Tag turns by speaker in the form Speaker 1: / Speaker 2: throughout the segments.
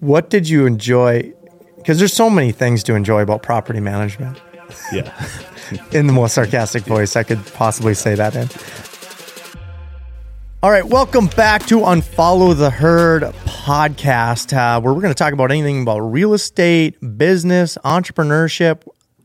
Speaker 1: What did you enjoy? Because there's so many things to enjoy about property management.
Speaker 2: Yeah.
Speaker 1: in the most sarcastic voice I could possibly say that in. All right, welcome back to Unfollow the Herd podcast, uh, where we're going to talk about anything about real estate, business, entrepreneurship,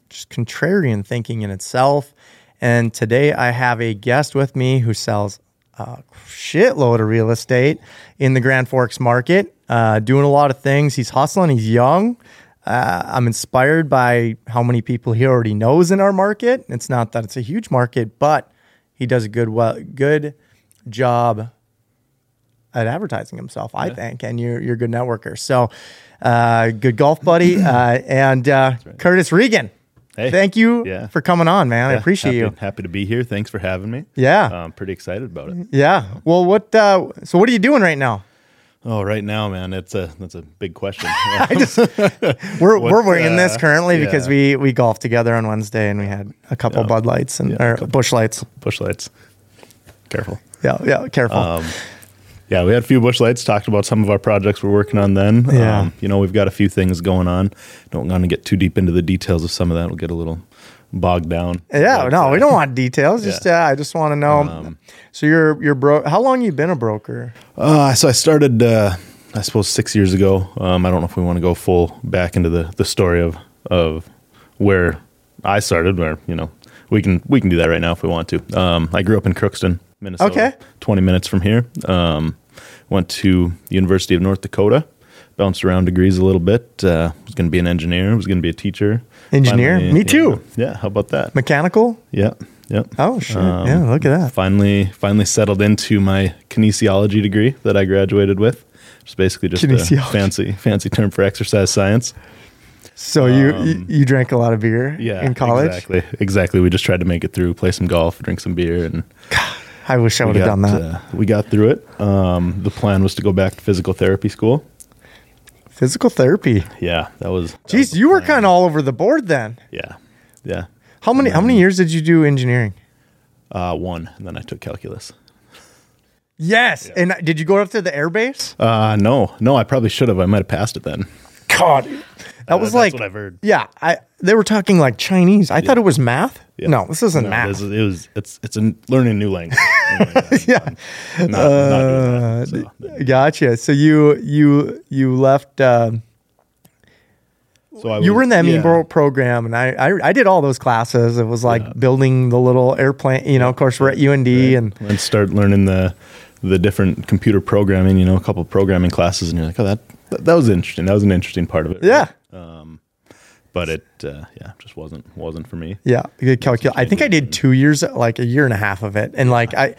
Speaker 1: just contrarian thinking in itself. And today I have a guest with me who sells a shitload of real estate in the Grand Forks market, uh, doing a lot of things. He's hustling, he's young. Uh, I'm inspired by how many people he already knows in our market. It's not that it's a huge market, but he does a good well, good job at advertising himself, I think. And you're you're a good networker, so uh, good golf buddy. uh, and uh, Curtis Regan,
Speaker 2: Hey.
Speaker 1: thank you
Speaker 2: Yeah.
Speaker 1: for coming on, man. I
Speaker 2: Yeah,
Speaker 1: appreciate
Speaker 2: happy,
Speaker 1: you.
Speaker 2: Happy to be here. Thanks for having me.
Speaker 1: Yeah.
Speaker 2: I'm pretty excited about it.
Speaker 1: Yeah. Well, what? Uh, so what are you doing right now?
Speaker 2: Oh, right now, man, that's a that's a big question.
Speaker 1: I just we're we're wearing
Speaker 2: uh,
Speaker 1: this currently
Speaker 2: yeah.
Speaker 1: because we we golfed together on Wednesday and we had a couple Bud Lights and or Bush Lights.
Speaker 2: bush lights. Careful.
Speaker 1: Yeah, yeah, careful.
Speaker 2: Um, Yeah, we had a few bush lights. Talked about some of our projects we're working on. Then, Um,
Speaker 1: Yeah.
Speaker 2: you know, we've got a few things going on. Don't want to get too deep into the details of some of that. We'll get a little bogged down.
Speaker 1: yeah,
Speaker 2: But,
Speaker 1: no,
Speaker 2: uh, Um,
Speaker 1: we don't want details. Just uh, I just want to know. so you're you're bro. How long you been a broker?
Speaker 2: Uh, so I started, uh, I suppose, six years ago. Um, I don't know if we want to go full back into the, the story of of where I started. Where you know we can we can do that right now if we want to. Um, I grew up in Crookston, Minnesota.
Speaker 1: Okay.
Speaker 2: twenty minutes from here. Um, went to the University of North Dakota. Bounced around degrees a little bit. Uh, was going to be an engineer. Was going to be a teacher.
Speaker 1: Engineer? Me too.
Speaker 2: Yeah. How about that?
Speaker 1: Mechanical?
Speaker 2: Yeah. Yep.
Speaker 1: Oh shit!
Speaker 2: Um,
Speaker 1: yeah, look at that.
Speaker 2: Finally, finally settled into my kinesiology degree that I graduated with. It's basically just a
Speaker 1: Kinesiology.
Speaker 2: fancy, fancy term for exercise science.
Speaker 1: So you you you drank a lot of beer in college.
Speaker 2: um, exactly, exactly. We just tried to make it through, play some golf, drink some beer, and
Speaker 1: I wish I would have done that.
Speaker 2: uh, we got through it. Um, the plan was to go back to physical therapy school.
Speaker 1: Physical therapy.
Speaker 2: Yeah, that was. that was
Speaker 1: Jeez,
Speaker 2: the
Speaker 1: you were
Speaker 2: plan.
Speaker 1: kind of all over the board then.
Speaker 2: Yeah, yeah.
Speaker 1: How many how
Speaker 2: Um,
Speaker 1: many years did you do engineering?
Speaker 2: Uh, one, and then I took calculus.
Speaker 1: Yes, and did you go up to the airbase?
Speaker 2: Uh, no, no, I probably should have. I might have passed it then.
Speaker 1: God, that
Speaker 2: Uh,
Speaker 1: was
Speaker 2: that's
Speaker 1: like
Speaker 2: what I've heard.
Speaker 1: Yeah, I they were talking like Chinese. I thought it was math.
Speaker 2: Yeah.
Speaker 1: No, this isn't
Speaker 2: No,
Speaker 1: math.
Speaker 2: this is- it was. It's it's a learning new language.
Speaker 1: yeah.
Speaker 2: Not- not doing that,
Speaker 1: Uh,
Speaker 2: so.
Speaker 1: Gotcha. So you you you left. Uh,
Speaker 2: So I
Speaker 1: you
Speaker 2: was-
Speaker 1: were in the ME
Speaker 2: yeah.
Speaker 1: Bro program, and I, I I did all those classes. It was like building the little airplane. You know, of course we're at UND, and
Speaker 2: and start learning the the different computer programming. You know, a couple of programming classes, and you're like, oh, that that, that was interesting. That was an interesting part of it. right?
Speaker 1: yeah,
Speaker 2: But it, uh, yeah, just wasn't wasn't for me.
Speaker 1: yeah. I did calculus. I think I did two years, like a year and a half of it, and like I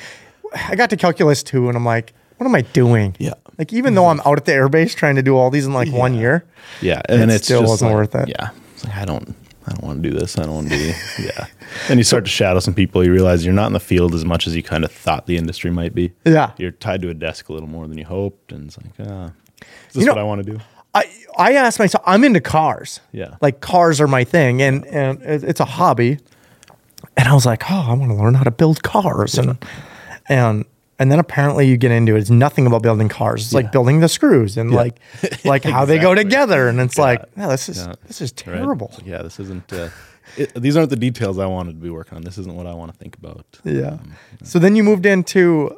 Speaker 1: I got to calculus two, and I'm like, what am I doing?
Speaker 2: Yeah. Mm-hmm.
Speaker 1: Like even though I'm out at the airbase trying to do all these in like one year,
Speaker 2: Yeah, and
Speaker 1: It
Speaker 2: it's
Speaker 1: still
Speaker 2: just
Speaker 1: wasn't
Speaker 2: like,
Speaker 1: worth it.
Speaker 2: Yeah, it's like I don't. I don't want to do this. I don't want to do. Yeah, and you start to shadow some people. You realize you're not in the field as much as you kind of thought the industry might be.
Speaker 1: Yeah.
Speaker 2: you're tied to a desk a little more than you hoped, and it's like, ah, is this
Speaker 1: You know-
Speaker 2: what I want to do?
Speaker 1: I I asked myself, I'm into cars.
Speaker 2: Yeah.
Speaker 1: Like cars are my thing and and it- it's a hobby. And I was like, "Oh, I want to learn how to build cars." And and and then apparently you get into it. It's nothing about building cars. It's like building the screws and like like how they go
Speaker 2: Exactly.
Speaker 1: together and it's like, "No, this is
Speaker 2: Yeah.
Speaker 1: this is
Speaker 2: Right?
Speaker 1: terrible."
Speaker 2: It's like, yeah, this isn't. Uh, it, these aren't the details I wanted to be working on. This isn't what I want to think about.
Speaker 1: Yeah. So then you moved into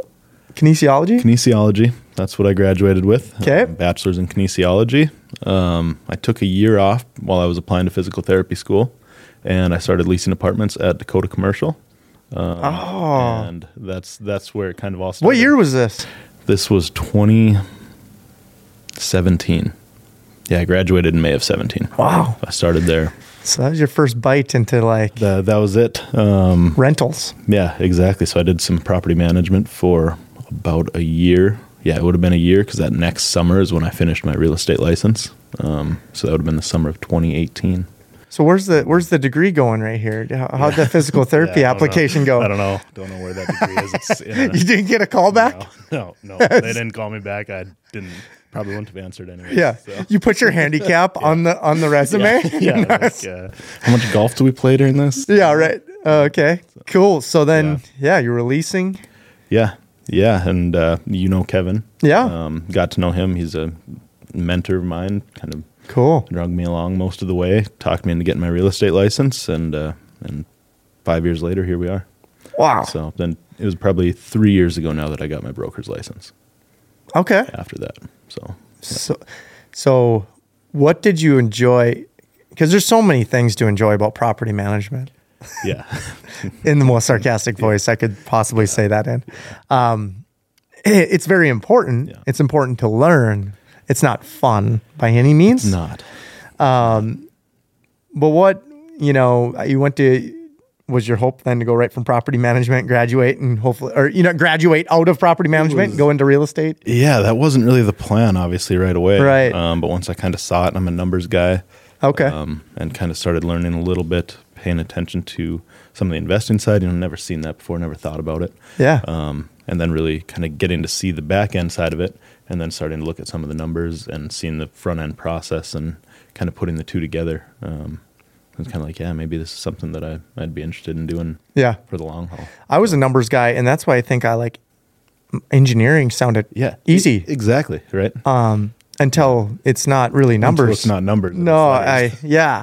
Speaker 1: kinesiology?
Speaker 2: Kinesiology. That's what I graduated with.
Speaker 1: Okay.
Speaker 2: Uh, bachelor's in kinesiology. Um, I took a year off while I was applying to physical therapy school, and I started leasing apartments at Dakota Commercial.
Speaker 1: oh.
Speaker 2: And that's that's where it kind of all started.
Speaker 1: What year was this?
Speaker 2: This was 2017. Yeah, I graduated in May of 17.
Speaker 1: Wow.
Speaker 2: I started there.
Speaker 1: So that was your first bite into like
Speaker 2: That that was it. Um,
Speaker 1: rentals.
Speaker 2: Yeah, exactly. So I did some property management for about a year. Yeah, it would have been a year because that next summer is when I finished my real estate license. Um, so that would have been the summer of 2018.
Speaker 1: So where's the where's the degree going right here? How, how'd the physical therapy application go?
Speaker 2: I don't know. Don't know where that degree is. It's in a-
Speaker 1: You didn't get a call back?
Speaker 2: no, no, no. They didn't call me back. I didn't. Probably wouldn't have answered anyway.
Speaker 1: Yeah.
Speaker 2: So.
Speaker 1: You put your handicap on the on the resume.
Speaker 2: Yeah. yeah, like, uh, how much golf do we play during this?
Speaker 1: Yeah, right. okay. Cool. So then yeah, you're releasing.
Speaker 2: Yeah, yeah, and uh, you know Kevin.
Speaker 1: Yeah.
Speaker 2: um, got to know him. He's a mentor of mine kind of
Speaker 1: Cool.
Speaker 2: drug me along most of the way, talked me into getting my real estate license, and uh, and five years later, here we are.
Speaker 1: Wow.
Speaker 2: So then it was probably three years ago now that I got my broker's license.
Speaker 1: Okay.
Speaker 2: After that, so
Speaker 1: So, so what did you enjoy? Because there's so many things to enjoy about property management.
Speaker 2: yeah,
Speaker 1: In the most sarcastic voice I could possibly say that in. Um, it- it's very important.
Speaker 2: Yeah.
Speaker 1: It's important to learn. It's not fun by any means.
Speaker 2: not
Speaker 1: But what you know, uh, you went to. Was your hope then to go right from property management, graduate, and hopefully, or you know, graduate out of property management, go into real estate?
Speaker 2: yeah. That wasn't really the plan, obviously, right away.
Speaker 1: Right.
Speaker 2: Um, but once I kind of saw it, and I'm a numbers guy.
Speaker 1: Okay.
Speaker 2: Um, and kind of started learning a little bit, paying attention to some of the investing side. You know, never seen that before, never thought about it.
Speaker 1: yeah.
Speaker 2: um, and then really kind of getting to see the back end side of it and then starting to look at some of the numbers and seeing the front end process and kind of putting the two together um, it's kind of like yeah maybe this is something that I, i'd be interested in doing
Speaker 1: yeah.
Speaker 2: for the long haul
Speaker 1: I was a numbers guy, and that's why I think I like engineering sounded
Speaker 2: yeah
Speaker 1: easy
Speaker 2: E- exactly right
Speaker 1: um, until it's not really numbers.
Speaker 2: it's not numbers it's
Speaker 1: No, I
Speaker 2: letters.
Speaker 1: yeah.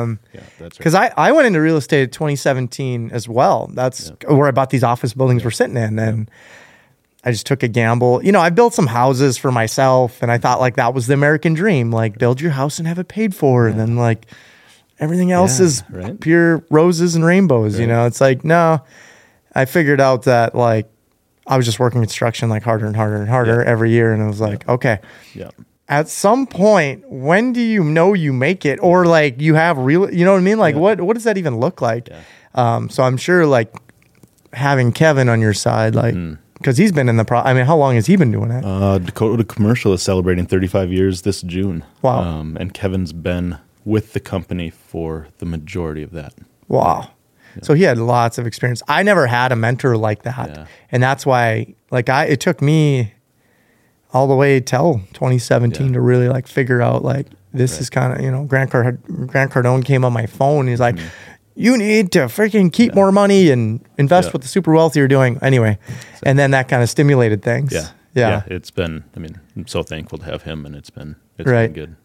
Speaker 1: Um,
Speaker 2: yeah that's right
Speaker 1: because I, I went into real estate in 2017 as well. That's where I bought these office buildings we're sitting in. And I just took a gamble. You know, I built some houses for myself and I thought like that was the American dream like build your house and have it paid for. And then like everything else
Speaker 2: Yeah,
Speaker 1: is
Speaker 2: right.
Speaker 1: pure roses and rainbows. You
Speaker 2: Right.
Speaker 1: know, it's like, no, I figured out that like I was just working construction like harder and harder and harder every year. And I was like, okay
Speaker 2: yeah
Speaker 1: at some point, when do you know you make it or like you have real, you know what I mean? Like what, what does that even look like? Um, so I'm sure like having Kevin on your side, like, cause he's been in the pro, I mean, how long has he been doing it?
Speaker 2: uh, dakota commercial is celebrating 35 years this june
Speaker 1: Wow.
Speaker 2: um, and kevin's been with the company for the majority of that
Speaker 1: wow. So he had lots of experience. I never had a mentor like that.
Speaker 2: Yeah.
Speaker 1: And that's why, like I, it took me all the way till 2017
Speaker 2: Yeah.
Speaker 1: to really like figure out like, this is kind of, you know, Grant, Card- Grant Cardone came on my phone. He's like, you need to freaking keep more money and invest
Speaker 2: Mm-hmm. Yeah.
Speaker 1: what the super wealthy are doing anyway. And then that kind of stimulated things.
Speaker 2: Yeah.
Speaker 1: Yeah.
Speaker 2: It's been, I mean, I'm so thankful to have him and it's been, it's
Speaker 1: Right.
Speaker 2: been good.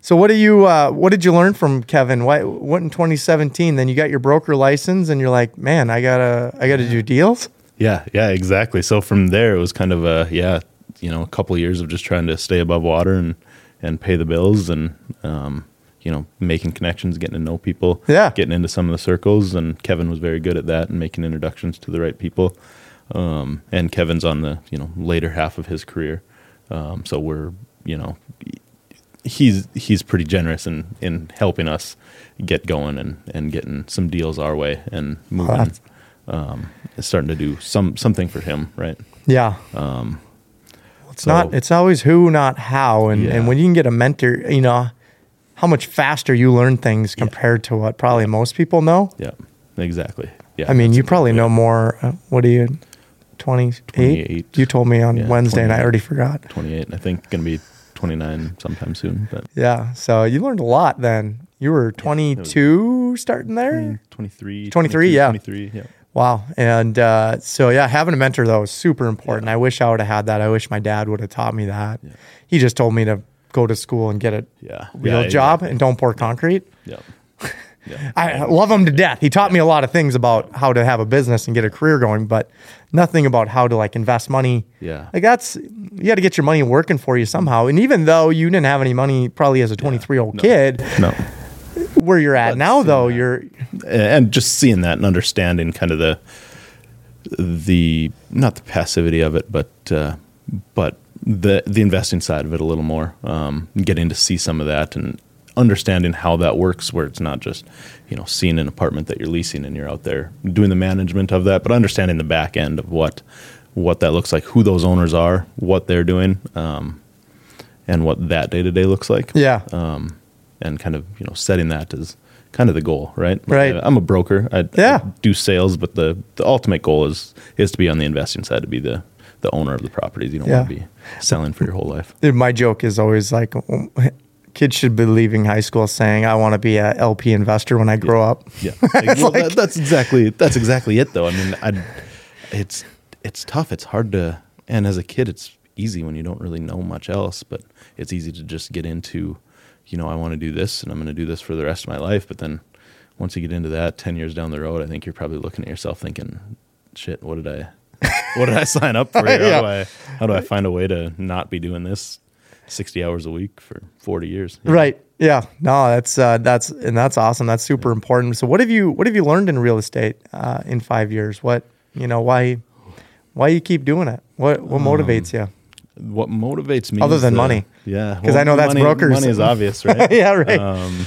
Speaker 1: So what do you, uh, what did you learn from Kevin? Why, what in 2017, then you got your broker license and you're like, man, I gotta, I gotta do deals.
Speaker 2: Yeah. Yeah. Exactly. So from there, it was kind of a, yeah, you know, a couple of years of just trying to stay above water and, and pay the bills and, um, you know, making connections, getting to know people,
Speaker 1: Yeah.
Speaker 2: getting into some of the circles. And Kevin was very good at that and making introductions to the right people. Um, and Kevin's on the, you know, later half of his career. Um, so we're, you know, he's he's pretty generous in in helping us get going and and getting some deals our way and moving.
Speaker 1: that's-
Speaker 2: um, it's starting to do some something for him, right?
Speaker 1: Yeah. Um, it's
Speaker 2: so-
Speaker 1: not. It's always who, not how. And
Speaker 2: Yeah.
Speaker 1: and when you can get a mentor, you know, how much faster you learn things compared to what probably most people know.
Speaker 2: Yeah, exactly. Yeah,
Speaker 1: I mean,
Speaker 2: that's
Speaker 1: you
Speaker 2: it.
Speaker 1: probably know more. Uh, what are you? 28?
Speaker 2: 28.
Speaker 1: You told me on
Speaker 2: Yeah,
Speaker 1: Wednesday and I
Speaker 2: 28.
Speaker 1: already forgot.
Speaker 2: 28. I think going to be 29 sometime soon, but
Speaker 1: Yeah. So you learned a lot then. You were 22 starting
Speaker 2: Hmm.
Speaker 1: there?
Speaker 2: 23,
Speaker 1: 23, yeah.
Speaker 2: 23. Yeah,
Speaker 1: Wow. And uh, so, yeah, having a mentor, though, is super important. I wish I would have had that. I wish my dad would have taught me that. He just told me to go to school and get a
Speaker 2: Yeah.
Speaker 1: real
Speaker 2: Yeah,
Speaker 1: job
Speaker 2: exactly.
Speaker 1: and don't pour concrete.
Speaker 2: yeah. yeah.
Speaker 1: I love him to death. He taught me a lot of things about how to have a business and get a career going, but nothing about how to like invest money.
Speaker 2: Yeah.
Speaker 1: Like that's, you got to get your money working for you somehow. And even though you didn't have any money probably as a 23 year old kid,
Speaker 2: No.
Speaker 1: where you're at now, though, you're,
Speaker 2: and just seeing that and understanding kind of the the not the passivity of it, but uh, but the the investing side of it a little more, um, getting to see some of that and understanding how that works, where it's not just you know seeing an apartment that you're leasing and you're out there doing the management of that, but understanding the back end of what what that looks like, who those owners are, what they're doing, um, and what that day to day looks like
Speaker 1: yeah.
Speaker 2: um, and kind of you know setting that as kind of the goal, right? Like,
Speaker 1: Right.
Speaker 2: I- I'm a broker. I, I
Speaker 1: Yeah.
Speaker 2: do sales, but the, the ultimate goal is is to be on the investing side, to be the the owner of the properties. You don't want to
Speaker 1: Yeah.
Speaker 2: be selling for your whole life.
Speaker 1: Dude, my joke is always like um, kids should be leaving high school saying, I want to be a LP investor when I grow up.
Speaker 2: Yeah, Well, that, that's exactly that's exactly it, though. I mean, I, it's it's tough. It's hard to, and as a kid, it's easy when you don't really know much else, but it's easy to just get into, you know, I want to do this and I'm going to do this for the rest of my life. But then once you get into that 10 years down the road, I think you're probably looking at yourself thinking, shit, what did I, what did I sign up for? here? How, do I,
Speaker 1: Yeah.
Speaker 2: how do I find a way to not be doing this 60 hours a week for 40 years? You know?
Speaker 1: Right. Yeah. No, that's uh, that's and that's awesome. That's super important. So what have you what have you learned in real estate uh, in five years? What you know why why you keep doing it? What what
Speaker 2: Um,
Speaker 1: motivates you?
Speaker 2: What motivates me?
Speaker 1: Other
Speaker 2: is
Speaker 1: than
Speaker 2: the-
Speaker 1: money.
Speaker 2: Yeah.
Speaker 1: 'Cause I know that's
Speaker 2: money,
Speaker 1: brokers.
Speaker 2: Money is obvious, right?
Speaker 1: yeah. Right.
Speaker 2: Um,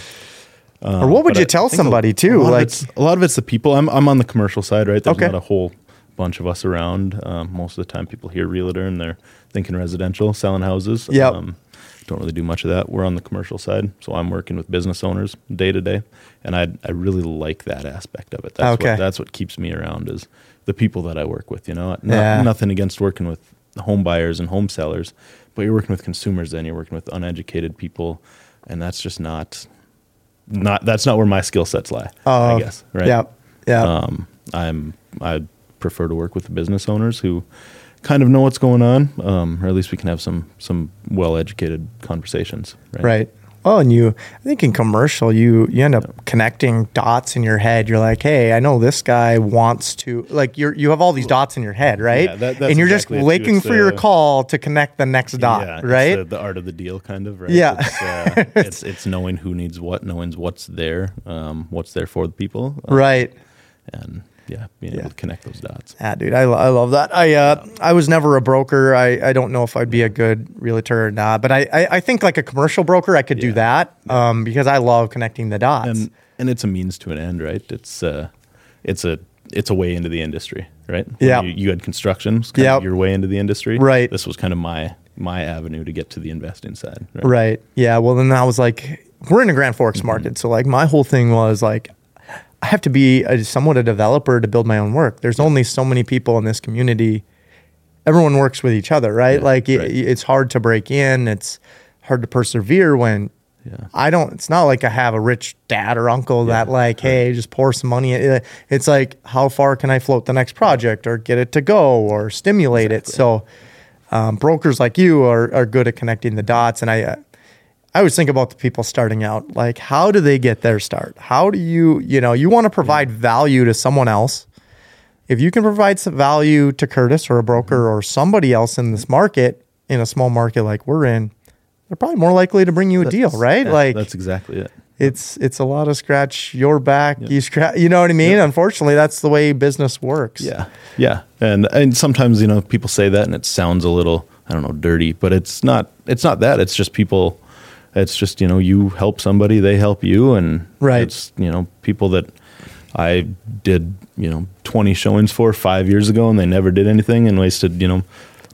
Speaker 1: or what would
Speaker 2: but
Speaker 1: you
Speaker 2: I
Speaker 1: tell
Speaker 2: think a-
Speaker 1: somebody
Speaker 2: A
Speaker 1: too?
Speaker 2: lot, of
Speaker 1: Like
Speaker 2: it's, a lot of it's the people. I'm I'm on the commercial side, right? There's
Speaker 1: Okay.
Speaker 2: not a whole bunch of us around. Um, most of the time, people hear realtor and they're thinking residential, selling houses. Um,
Speaker 1: Yep.
Speaker 2: don't really do much of that. We're on the commercial side, so I'm working with business owners day to day, and I I really like that aspect of it. That's
Speaker 1: Okay.
Speaker 2: what, that's what keeps me around is the people that I work with. You know, Not-
Speaker 1: Yeah.
Speaker 2: nothing against working with home buyers and home sellers, but you're working with consumers. Then you're working with uneducated people, and that's just not not that's not where my skill sets lie.
Speaker 1: uh,
Speaker 2: I guess right.
Speaker 1: Yeah. Yeah.
Speaker 2: Um, I'm I prefer to work with the business owners who kind of know what's going on, um, or at least we can have some some well educated conversations. Right.
Speaker 1: Right. Well, and you, I think in commercial, you you end up connecting dots in your head. You're like, hey, I know this guy wants to like you. You have all these dots in your head, right?
Speaker 2: Yeah, that- that's
Speaker 1: and you're
Speaker 2: exactly it,
Speaker 1: just
Speaker 2: too.
Speaker 1: waiting
Speaker 2: It's
Speaker 1: for your
Speaker 2: the-
Speaker 1: call to connect the next dot,
Speaker 2: it's
Speaker 1: right?
Speaker 2: The, the art of the deal, kind of. Right?
Speaker 1: Yeah.
Speaker 2: It's, uh, it's it's knowing who needs what, knowing what's there, um, what's there for the people, uh,
Speaker 1: right.
Speaker 2: and yeah, being
Speaker 1: Yeah.
Speaker 2: able to connect those dots.
Speaker 1: Ah, dude, I, lo- I love that. I uh, I was never a broker. I, I don't know if I'd be a good realtor or not, but I, I, I think like a commercial broker, I could do
Speaker 2: Yeah.
Speaker 1: that um, because I love connecting the dots.
Speaker 2: and and it's a means to an end, right? It's uh, it's a it's a way into the industry, right? When
Speaker 1: Yeah.
Speaker 2: you, you had construction, it's kind
Speaker 1: Yep.
Speaker 2: of your way into the industry,
Speaker 1: Right.
Speaker 2: This was kind of my my avenue to get to the investing side, right?
Speaker 1: Right. Yeah. Well, then I was like, we're in the Grand
Speaker 2: Mm-hmm.
Speaker 1: Forks market. So, like, my whole thing was like, I have to be a, somewhat a developer to build my own work. There's only so many people in this community. Everyone works with each other, right?
Speaker 2: Yeah,
Speaker 1: like, it,
Speaker 2: right.
Speaker 1: it's hard to break in. It's hard to persevere when
Speaker 2: Yeah.
Speaker 1: I don't. It's not like I have a rich dad or uncle that,
Speaker 2: Yeah,
Speaker 1: like, hey, just pour some money. in." It's like, how far can I float the next project or get it to go or stimulate it? So, um, brokers like you are, are good at connecting the dots. And I, uh, I always think about the people starting out. Like, how do they get their start? How do you, you know, you want to provide value to someone else. If you can provide some value to Curtis or a broker or somebody else in this market, in a small market like we're in, they're probably more likely to bring you a deal, right?
Speaker 2: Yeah,
Speaker 1: like,
Speaker 2: that's exactly it.
Speaker 1: it's it's a lot of scratch your back, you scratch, you know what I mean. Unfortunately, that's the way business works.
Speaker 2: Yeah, yeah, and and sometimes you know people say that and it sounds a little I don't know dirty, but it's not it's not that. It's just people. It's just you know you help somebody, they help you, and
Speaker 1: Right.
Speaker 2: It's you know people that I did you know twenty showings for five years ago, and they never did anything and wasted you know.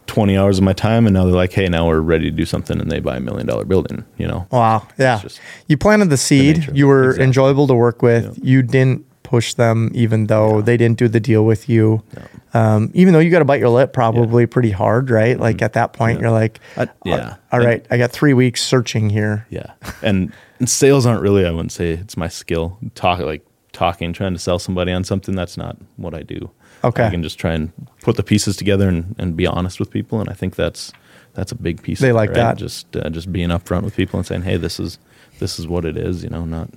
Speaker 2: 20 hours of my time and now they're like hey now we're ready to do something and they buy a million dollar building you know
Speaker 1: Wow. Yeah.
Speaker 2: just
Speaker 1: You planted the seed.
Speaker 2: nature of
Speaker 1: you
Speaker 2: it.
Speaker 1: were
Speaker 2: Exactly.
Speaker 1: enjoyable to work with.
Speaker 2: Yeah.
Speaker 1: You didn't push them, even though they didn't do the deal with you. Um, even though you got to bite your lip probably pretty hard, right? Like at that point, you're like,
Speaker 2: Mm-hmm.
Speaker 1: "Uh,
Speaker 2: I- yeah.
Speaker 1: all
Speaker 2: And-
Speaker 1: right, I got three weeks searching here.
Speaker 2: Yeah. And, and sales aren't really, I wouldn't say it's my skill. Talk like talking, trying to sell somebody on something, that's not what I do.
Speaker 1: Okay.
Speaker 2: I can just try and put the pieces together and, and be honest with people. And I think that's that's a big piece.
Speaker 1: They
Speaker 2: of it,
Speaker 1: like
Speaker 2: right?
Speaker 1: that.
Speaker 2: Just uh, just being upfront with people and saying, Hey, this is this is what it is, you know, not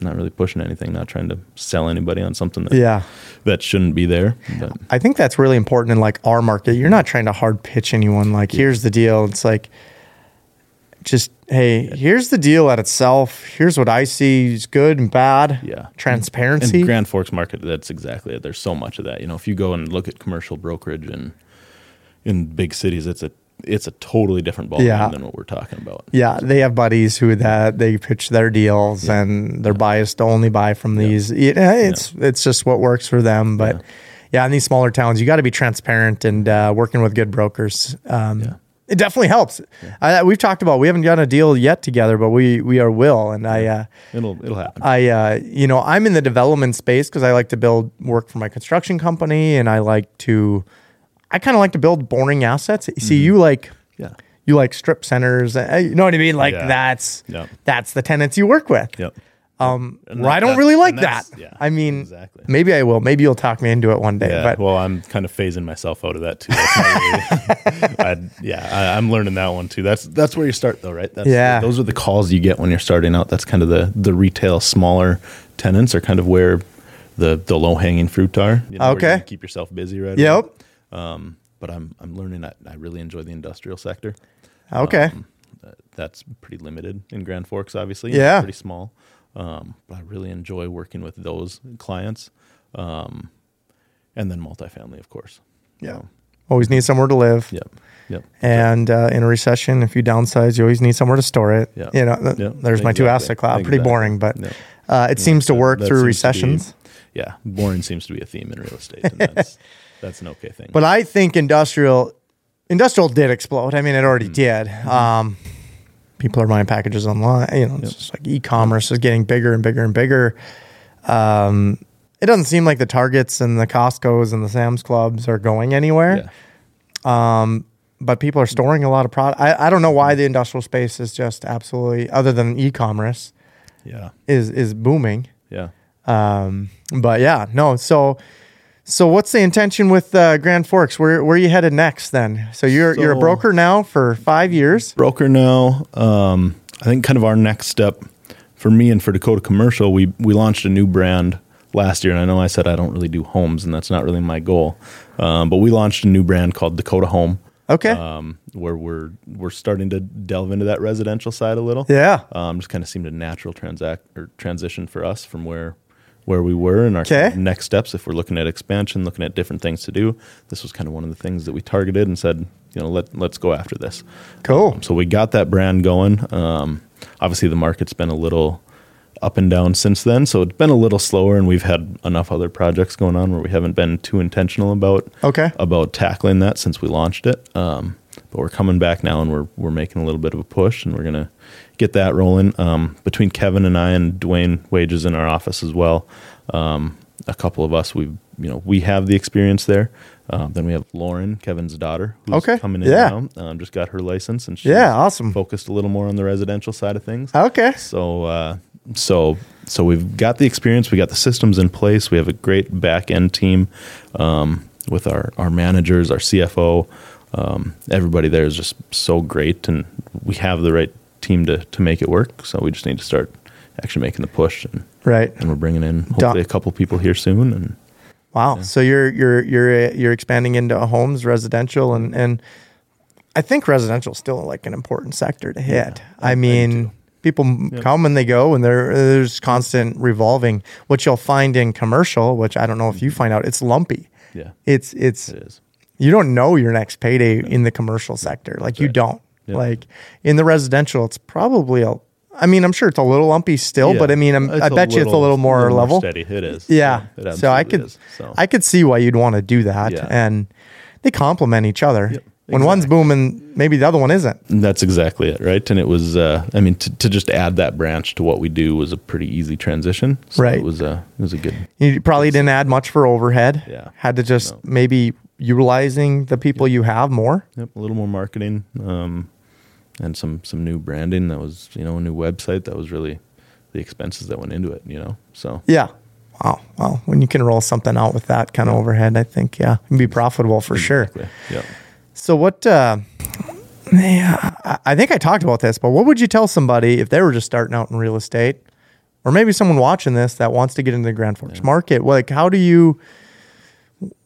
Speaker 2: not really pushing anything, not trying to sell anybody on something that
Speaker 1: Yeah.
Speaker 2: that shouldn't be there. But
Speaker 1: I think that's really important in like our market. You're not trying to hard pitch anyone. Like, here's the deal. It's like, just hey, here's the deal at itself. Here's what I see is good and bad.
Speaker 2: Yeah. in
Speaker 1: transparency.
Speaker 2: the Grand Forks market, that's exactly it. There's so much of that. You know, if you go and look at commercial brokerage and in big cities, it's a it's a totally different ballgame
Speaker 1: Yeah.
Speaker 2: than what we're talking about.
Speaker 1: Yeah, they have buddies who that they pitch their deals and they're biased to only buy from these. It- it's it's just what works for them. But yeah, in these smaller towns, you got to be transparent and uh, working with good brokers. Um, It definitely helps. I, we've talked about we haven't done a deal yet together, but we we are will. And I uh,
Speaker 2: It'll it'll happen.
Speaker 1: I, uh, you know, I'm in the development space because I like to build work for my construction company, and I like to, I kind of like to build boring assets. See, you like,
Speaker 2: Yeah.
Speaker 1: you like strip centers. uh, You know what I mean? Like
Speaker 2: Yeah.
Speaker 1: that's
Speaker 2: Yep.
Speaker 1: that's the tenants you work with.
Speaker 2: yep.
Speaker 1: Um,
Speaker 2: And
Speaker 1: well, I don't
Speaker 2: that's-
Speaker 1: really like
Speaker 2: and that's-
Speaker 1: that.
Speaker 2: yeah,
Speaker 1: I mean,
Speaker 2: exactly.
Speaker 1: maybe I will. Maybe you'll talk me into it one day.
Speaker 2: Yeah,
Speaker 1: but
Speaker 2: well, I'm kind of phasing myself out of that too. That's not really- I, yeah, I, I'm learning that one too. That's that's where you start though, right? That's,
Speaker 1: Yeah.
Speaker 2: those are the calls you get when you're starting out. That's kind of the the retail smaller tenants are kind of where the the low hanging fruit are. You where you
Speaker 1: Okay.
Speaker 2: can keep yourself busy, right? away.
Speaker 1: yep.
Speaker 2: But I'm I'm learning. I, I really enjoy the industrial sector.
Speaker 1: Okay.
Speaker 2: Uh, that's pretty limited in Grand Forks, obviously.
Speaker 1: Yeah.
Speaker 2: pretty small. Um, but I really enjoy working with those clients, um, and then multifamily, of course.
Speaker 1: yeah. Always need somewhere to live.
Speaker 2: Yep. Yep.
Speaker 1: And uh, in a recession, if you downsize, you always need somewhere to store it.
Speaker 2: Yeah.
Speaker 1: You know, th-
Speaker 2: Yeah,
Speaker 1: there's my two
Speaker 2: exactly.
Speaker 1: asset class. Pretty
Speaker 2: Exactly.
Speaker 1: boring, but
Speaker 2: Yeah.
Speaker 1: uh, it seems to work
Speaker 2: That
Speaker 1: through
Speaker 2: seems to be-
Speaker 1: recessions.
Speaker 2: yeah, boring seems to be a theme in real estate, and that's that's an okay thing.
Speaker 1: But I think industrial industrial did explode. I mean, it already did. Um, people are buying packages online. You know, it's just like e-commerce is getting bigger and bigger and bigger. Um, it doesn't seem like the Targets and the Costco's and the Sam's Clubs are going anywhere.
Speaker 2: yeah,
Speaker 1: but people are storing a lot of product. I, I don't know why the industrial space is just absolutely other than e-commerce
Speaker 2: yeah,
Speaker 1: is is booming.
Speaker 2: yeah.
Speaker 1: Um, but yeah, no. So so what's the intention with uh, Grand Forks? Where where are you headed next then? So you're you're a
Speaker 2: So-
Speaker 1: broker now for five years.
Speaker 2: Broker now. Um, I think kind of our next step for me and for Dakota Commercial, we we launched a new brand last year, and I know I said I don't really do homes, and that's not really my goal. Um, but we launched a new brand called Dakota Home.
Speaker 1: Okay.
Speaker 2: Um, where we're we're starting to delve into that residential side a little.
Speaker 1: yeah.
Speaker 2: um, just kind of seemed a natural transact or transition for us from where where we were and our
Speaker 1: Okay.
Speaker 2: next steps. If we're looking at expansion, looking at different things to do, this was kind of one of the things that we targeted and said, you know, let let's go after this.
Speaker 1: Cool.
Speaker 2: Um, so we got that brand going. Um, obviously, the market's been a little up and down since then, so it's been a little slower, and we've had enough other projects going on where we haven't been too intentional about
Speaker 1: Okay.
Speaker 2: about tackling that since we launched it. Um, but we're coming back now, and we're we're making a little bit of a push, and we're gonna get that rolling. Um, between Kevin and I and Dwayne Wages in our office as well, um, a couple of us we've you know we have the experience there. Um, then we have Lauren, Kevin's daughter, who's
Speaker 1: Okay.
Speaker 2: coming in
Speaker 1: Yeah.
Speaker 2: now. Um, just got her license, and she's
Speaker 1: Yeah, awesome.
Speaker 2: Focused a little more on the residential side of things.
Speaker 1: Okay.
Speaker 2: So, uh, so, so we've got the experience. We got the systems in place. We have a great back end team um, with our our managers, our CFO. Um, everybody there is just so great, and we have the right team to to make it work. So we just need to start actually making the push, and,
Speaker 1: Right.
Speaker 2: and we're bringing in hopefully a couple people here soon. And
Speaker 1: Wow. So you're you're you're uh, you're expanding into homes, residential, and and I think residential is still like an important sector to hit. I mean, people m come and they go, and there there's constant revolving. What you'll find in commercial, which I don't know if you find out, it's lumpy.
Speaker 2: yeah,
Speaker 1: It's it's
Speaker 2: it is.
Speaker 1: you don't know your next payday in the commercial sector. Like you
Speaker 2: right.
Speaker 1: don't.
Speaker 2: Yeah.
Speaker 1: Like in the residential, it's probably a. I mean, I'm sure it's a little lumpy still, Oh, but I mean, I'm,
Speaker 2: It's
Speaker 1: I bet you it's a little more level.
Speaker 2: steady. It is.
Speaker 1: Yeah.
Speaker 2: It
Speaker 1: so I
Speaker 2: absolutely
Speaker 1: could
Speaker 2: is. So-
Speaker 1: I could see why you'd want to do that
Speaker 2: Yeah.
Speaker 1: and they complement each other. When one's booming, maybe the other one isn't.
Speaker 2: That's exactly it, right? And it was, uh, I mean, to, to just add that branch to what we do was a pretty easy transition. So
Speaker 1: Right.
Speaker 2: It was a, it was a good,
Speaker 1: You probably didn't add much for overhead.
Speaker 2: Yeah.
Speaker 1: Had to just maybe utilizing the people you have more.
Speaker 2: yep, a little more marketing, um, and some some new branding. That was, you know, a new website. That was really the expenses that went into it. You know, so
Speaker 1: Yeah. Wow. Well, when you can roll something out with that kind of overhead, I think yeah, it'd be profitable
Speaker 2: Mm.
Speaker 1: for sure.
Speaker 2: yeah, yep.
Speaker 1: So what? Uh, yeah, I- I think I talked about this, but what would you tell somebody if they were just starting out in real estate, or maybe someone watching this that wants to get into the Grand Forks market? Like, how do you?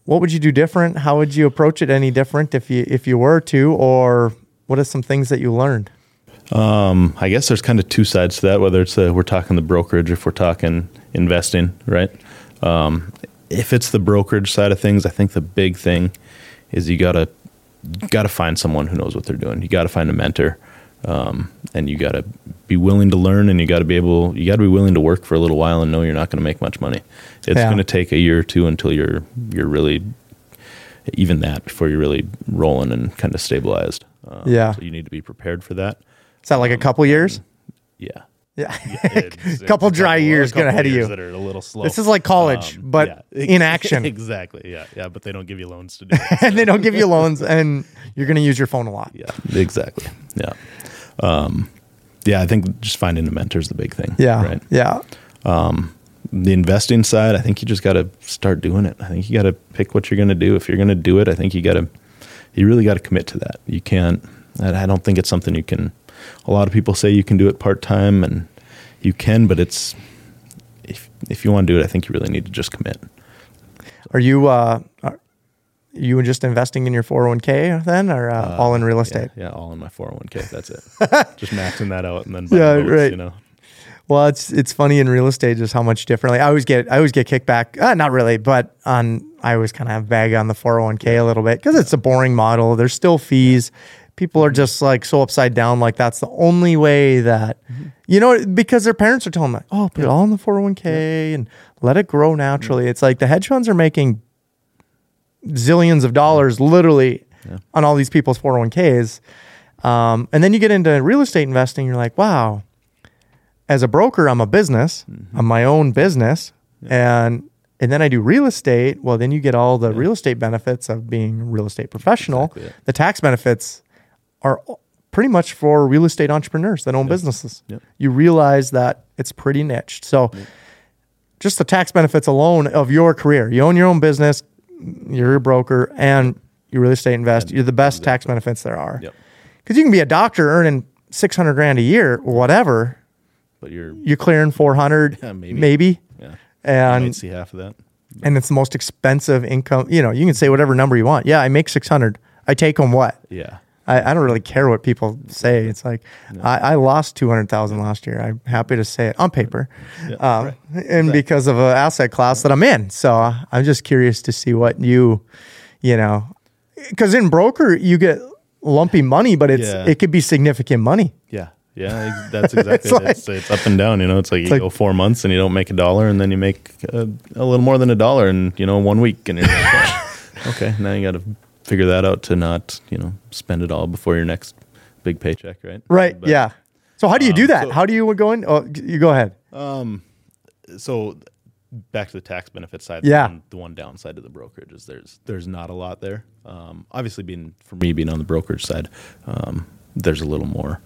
Speaker 1: What would you do different? How would you approach it any different if you if you were to, or what are some things that you learned?
Speaker 2: I guess there's kind of two sides to that. Whether it's the, we're talking the brokerage, if we're talking investing, right? Um, if it's the brokerage side of things, I think the big thing is you gotta gotta find someone who knows what they're doing. You gotta find a mentor, um, and you gotta be willing to learn, and you gotta be able, you gotta be willing to work for a little while and know you're not gonna make much money. It's
Speaker 1: Yeah.
Speaker 2: gonna take a year or two until you're you're really even that before you're really rolling and kind of stabilized. Um,
Speaker 1: Yeah.
Speaker 2: so you need to be prepared for that.
Speaker 1: Is that like a couple years?
Speaker 2: Yeah.
Speaker 1: Yeah,
Speaker 2: It's- it's
Speaker 1: Couple dry years
Speaker 2: couple
Speaker 1: gonna head of
Speaker 2: years
Speaker 1: you.
Speaker 2: That are a little slow.
Speaker 1: this is like college,
Speaker 2: Um,
Speaker 1: but
Speaker 2: yeah.
Speaker 1: in action,
Speaker 2: exactly. Yeah, yeah. But they don't give you loans to do. It.
Speaker 1: and they don't give you loans, and you're going to use your phone a lot.
Speaker 2: yeah, exactly. Yeah, um, yeah. I think just finding a mentor is the big thing.
Speaker 1: Yeah,
Speaker 2: right.
Speaker 1: yeah.
Speaker 2: the investing side, I think you just got to start doing it. I think you got to pick what you're going to do. If you're going to do it, I think you got to, you really got to commit to that. You can't, I I don't think it's something you can, a lot of people say you can do it part time and you can, but it's, if, if you want to do it, I think you really need to just commit.
Speaker 1: Are you uh, are you just investing in your 401k then, or uh, all in real estate?
Speaker 2: Yeah, yeah, all in my 401k. That's it. just maxing that out and then, buying
Speaker 1: Yeah,
Speaker 2: boats,
Speaker 1: right.
Speaker 2: You know,
Speaker 1: Well, it's it's funny in real estate just how much differently. I always get I always get kickback. Uh, not really, but on I always kind of have bag on the 401k a little bit because it's a boring model. There's still fees. People are just like so upside down. Like that's the only way that you know because their parents are telling them, "Oh, put it all in the 401k and let it grow naturally." It's like the hedge funds are making zillions of dollars literally on all these people's 401ks. Um, and then you get into real estate investing, you're like, wow, as a broker, I'm a business,
Speaker 2: Mm-hmm.
Speaker 1: I'm my own business. And and then I do real estate. Well, then you get all the real estate benefits of being a real estate professional.
Speaker 2: Exactly, yeah.
Speaker 1: The tax benefits are o- pretty much for real estate entrepreneurs that own businesses.
Speaker 2: Yep.
Speaker 1: You realize that it's pretty niche. So just the tax benefits alone of your career. You own your own business, you're a broker, and you real estate invest. You're the best tax benefits there are.
Speaker 2: Yep.
Speaker 1: Because you can be a doctor earning six hundred grand a year, whatever.
Speaker 2: but you're, you
Speaker 1: You're clearing four hundred,
Speaker 2: Yeah,
Speaker 1: maybe,
Speaker 2: maybe. yeah,
Speaker 1: and
Speaker 2: might see half of that.
Speaker 1: and it's the most expensive income. You know, you can say whatever number you want. Yeah, I make six hundred. I take home what?
Speaker 2: Yeah.
Speaker 1: I, I don't really care what people say. It's like I, I lost two hundred thousand last year. I'm happy to say it on paper, um, and because of an asset class that I'm in. So uh, I'm just curious to see what you, you know, because in broker you get lumpy money, but it's
Speaker 2: Yeah.
Speaker 1: it could be significant money.
Speaker 2: Yeah. Yeah, ex- that's exactly it's it.
Speaker 1: like-
Speaker 2: It's, it's up and down, you know. It's like you
Speaker 1: like-
Speaker 2: go four months and you don't make a dollar, and then you make a, a little more than a dollar in, you know, one week. And you're like, okay, now you got to figure that out to not, you know, spend it all before your next big paycheck, right?
Speaker 1: Right?
Speaker 2: But-
Speaker 1: yeah. So how do you do that?
Speaker 2: so-
Speaker 1: how do you go in? Oh, you go ahead.
Speaker 2: So back to the tax benefit side.
Speaker 1: Yeah.
Speaker 2: The one, the one downside to the brokerage is there's there's not a lot there. Um, obviously, being for me being on the brokerage side, um, there's a little more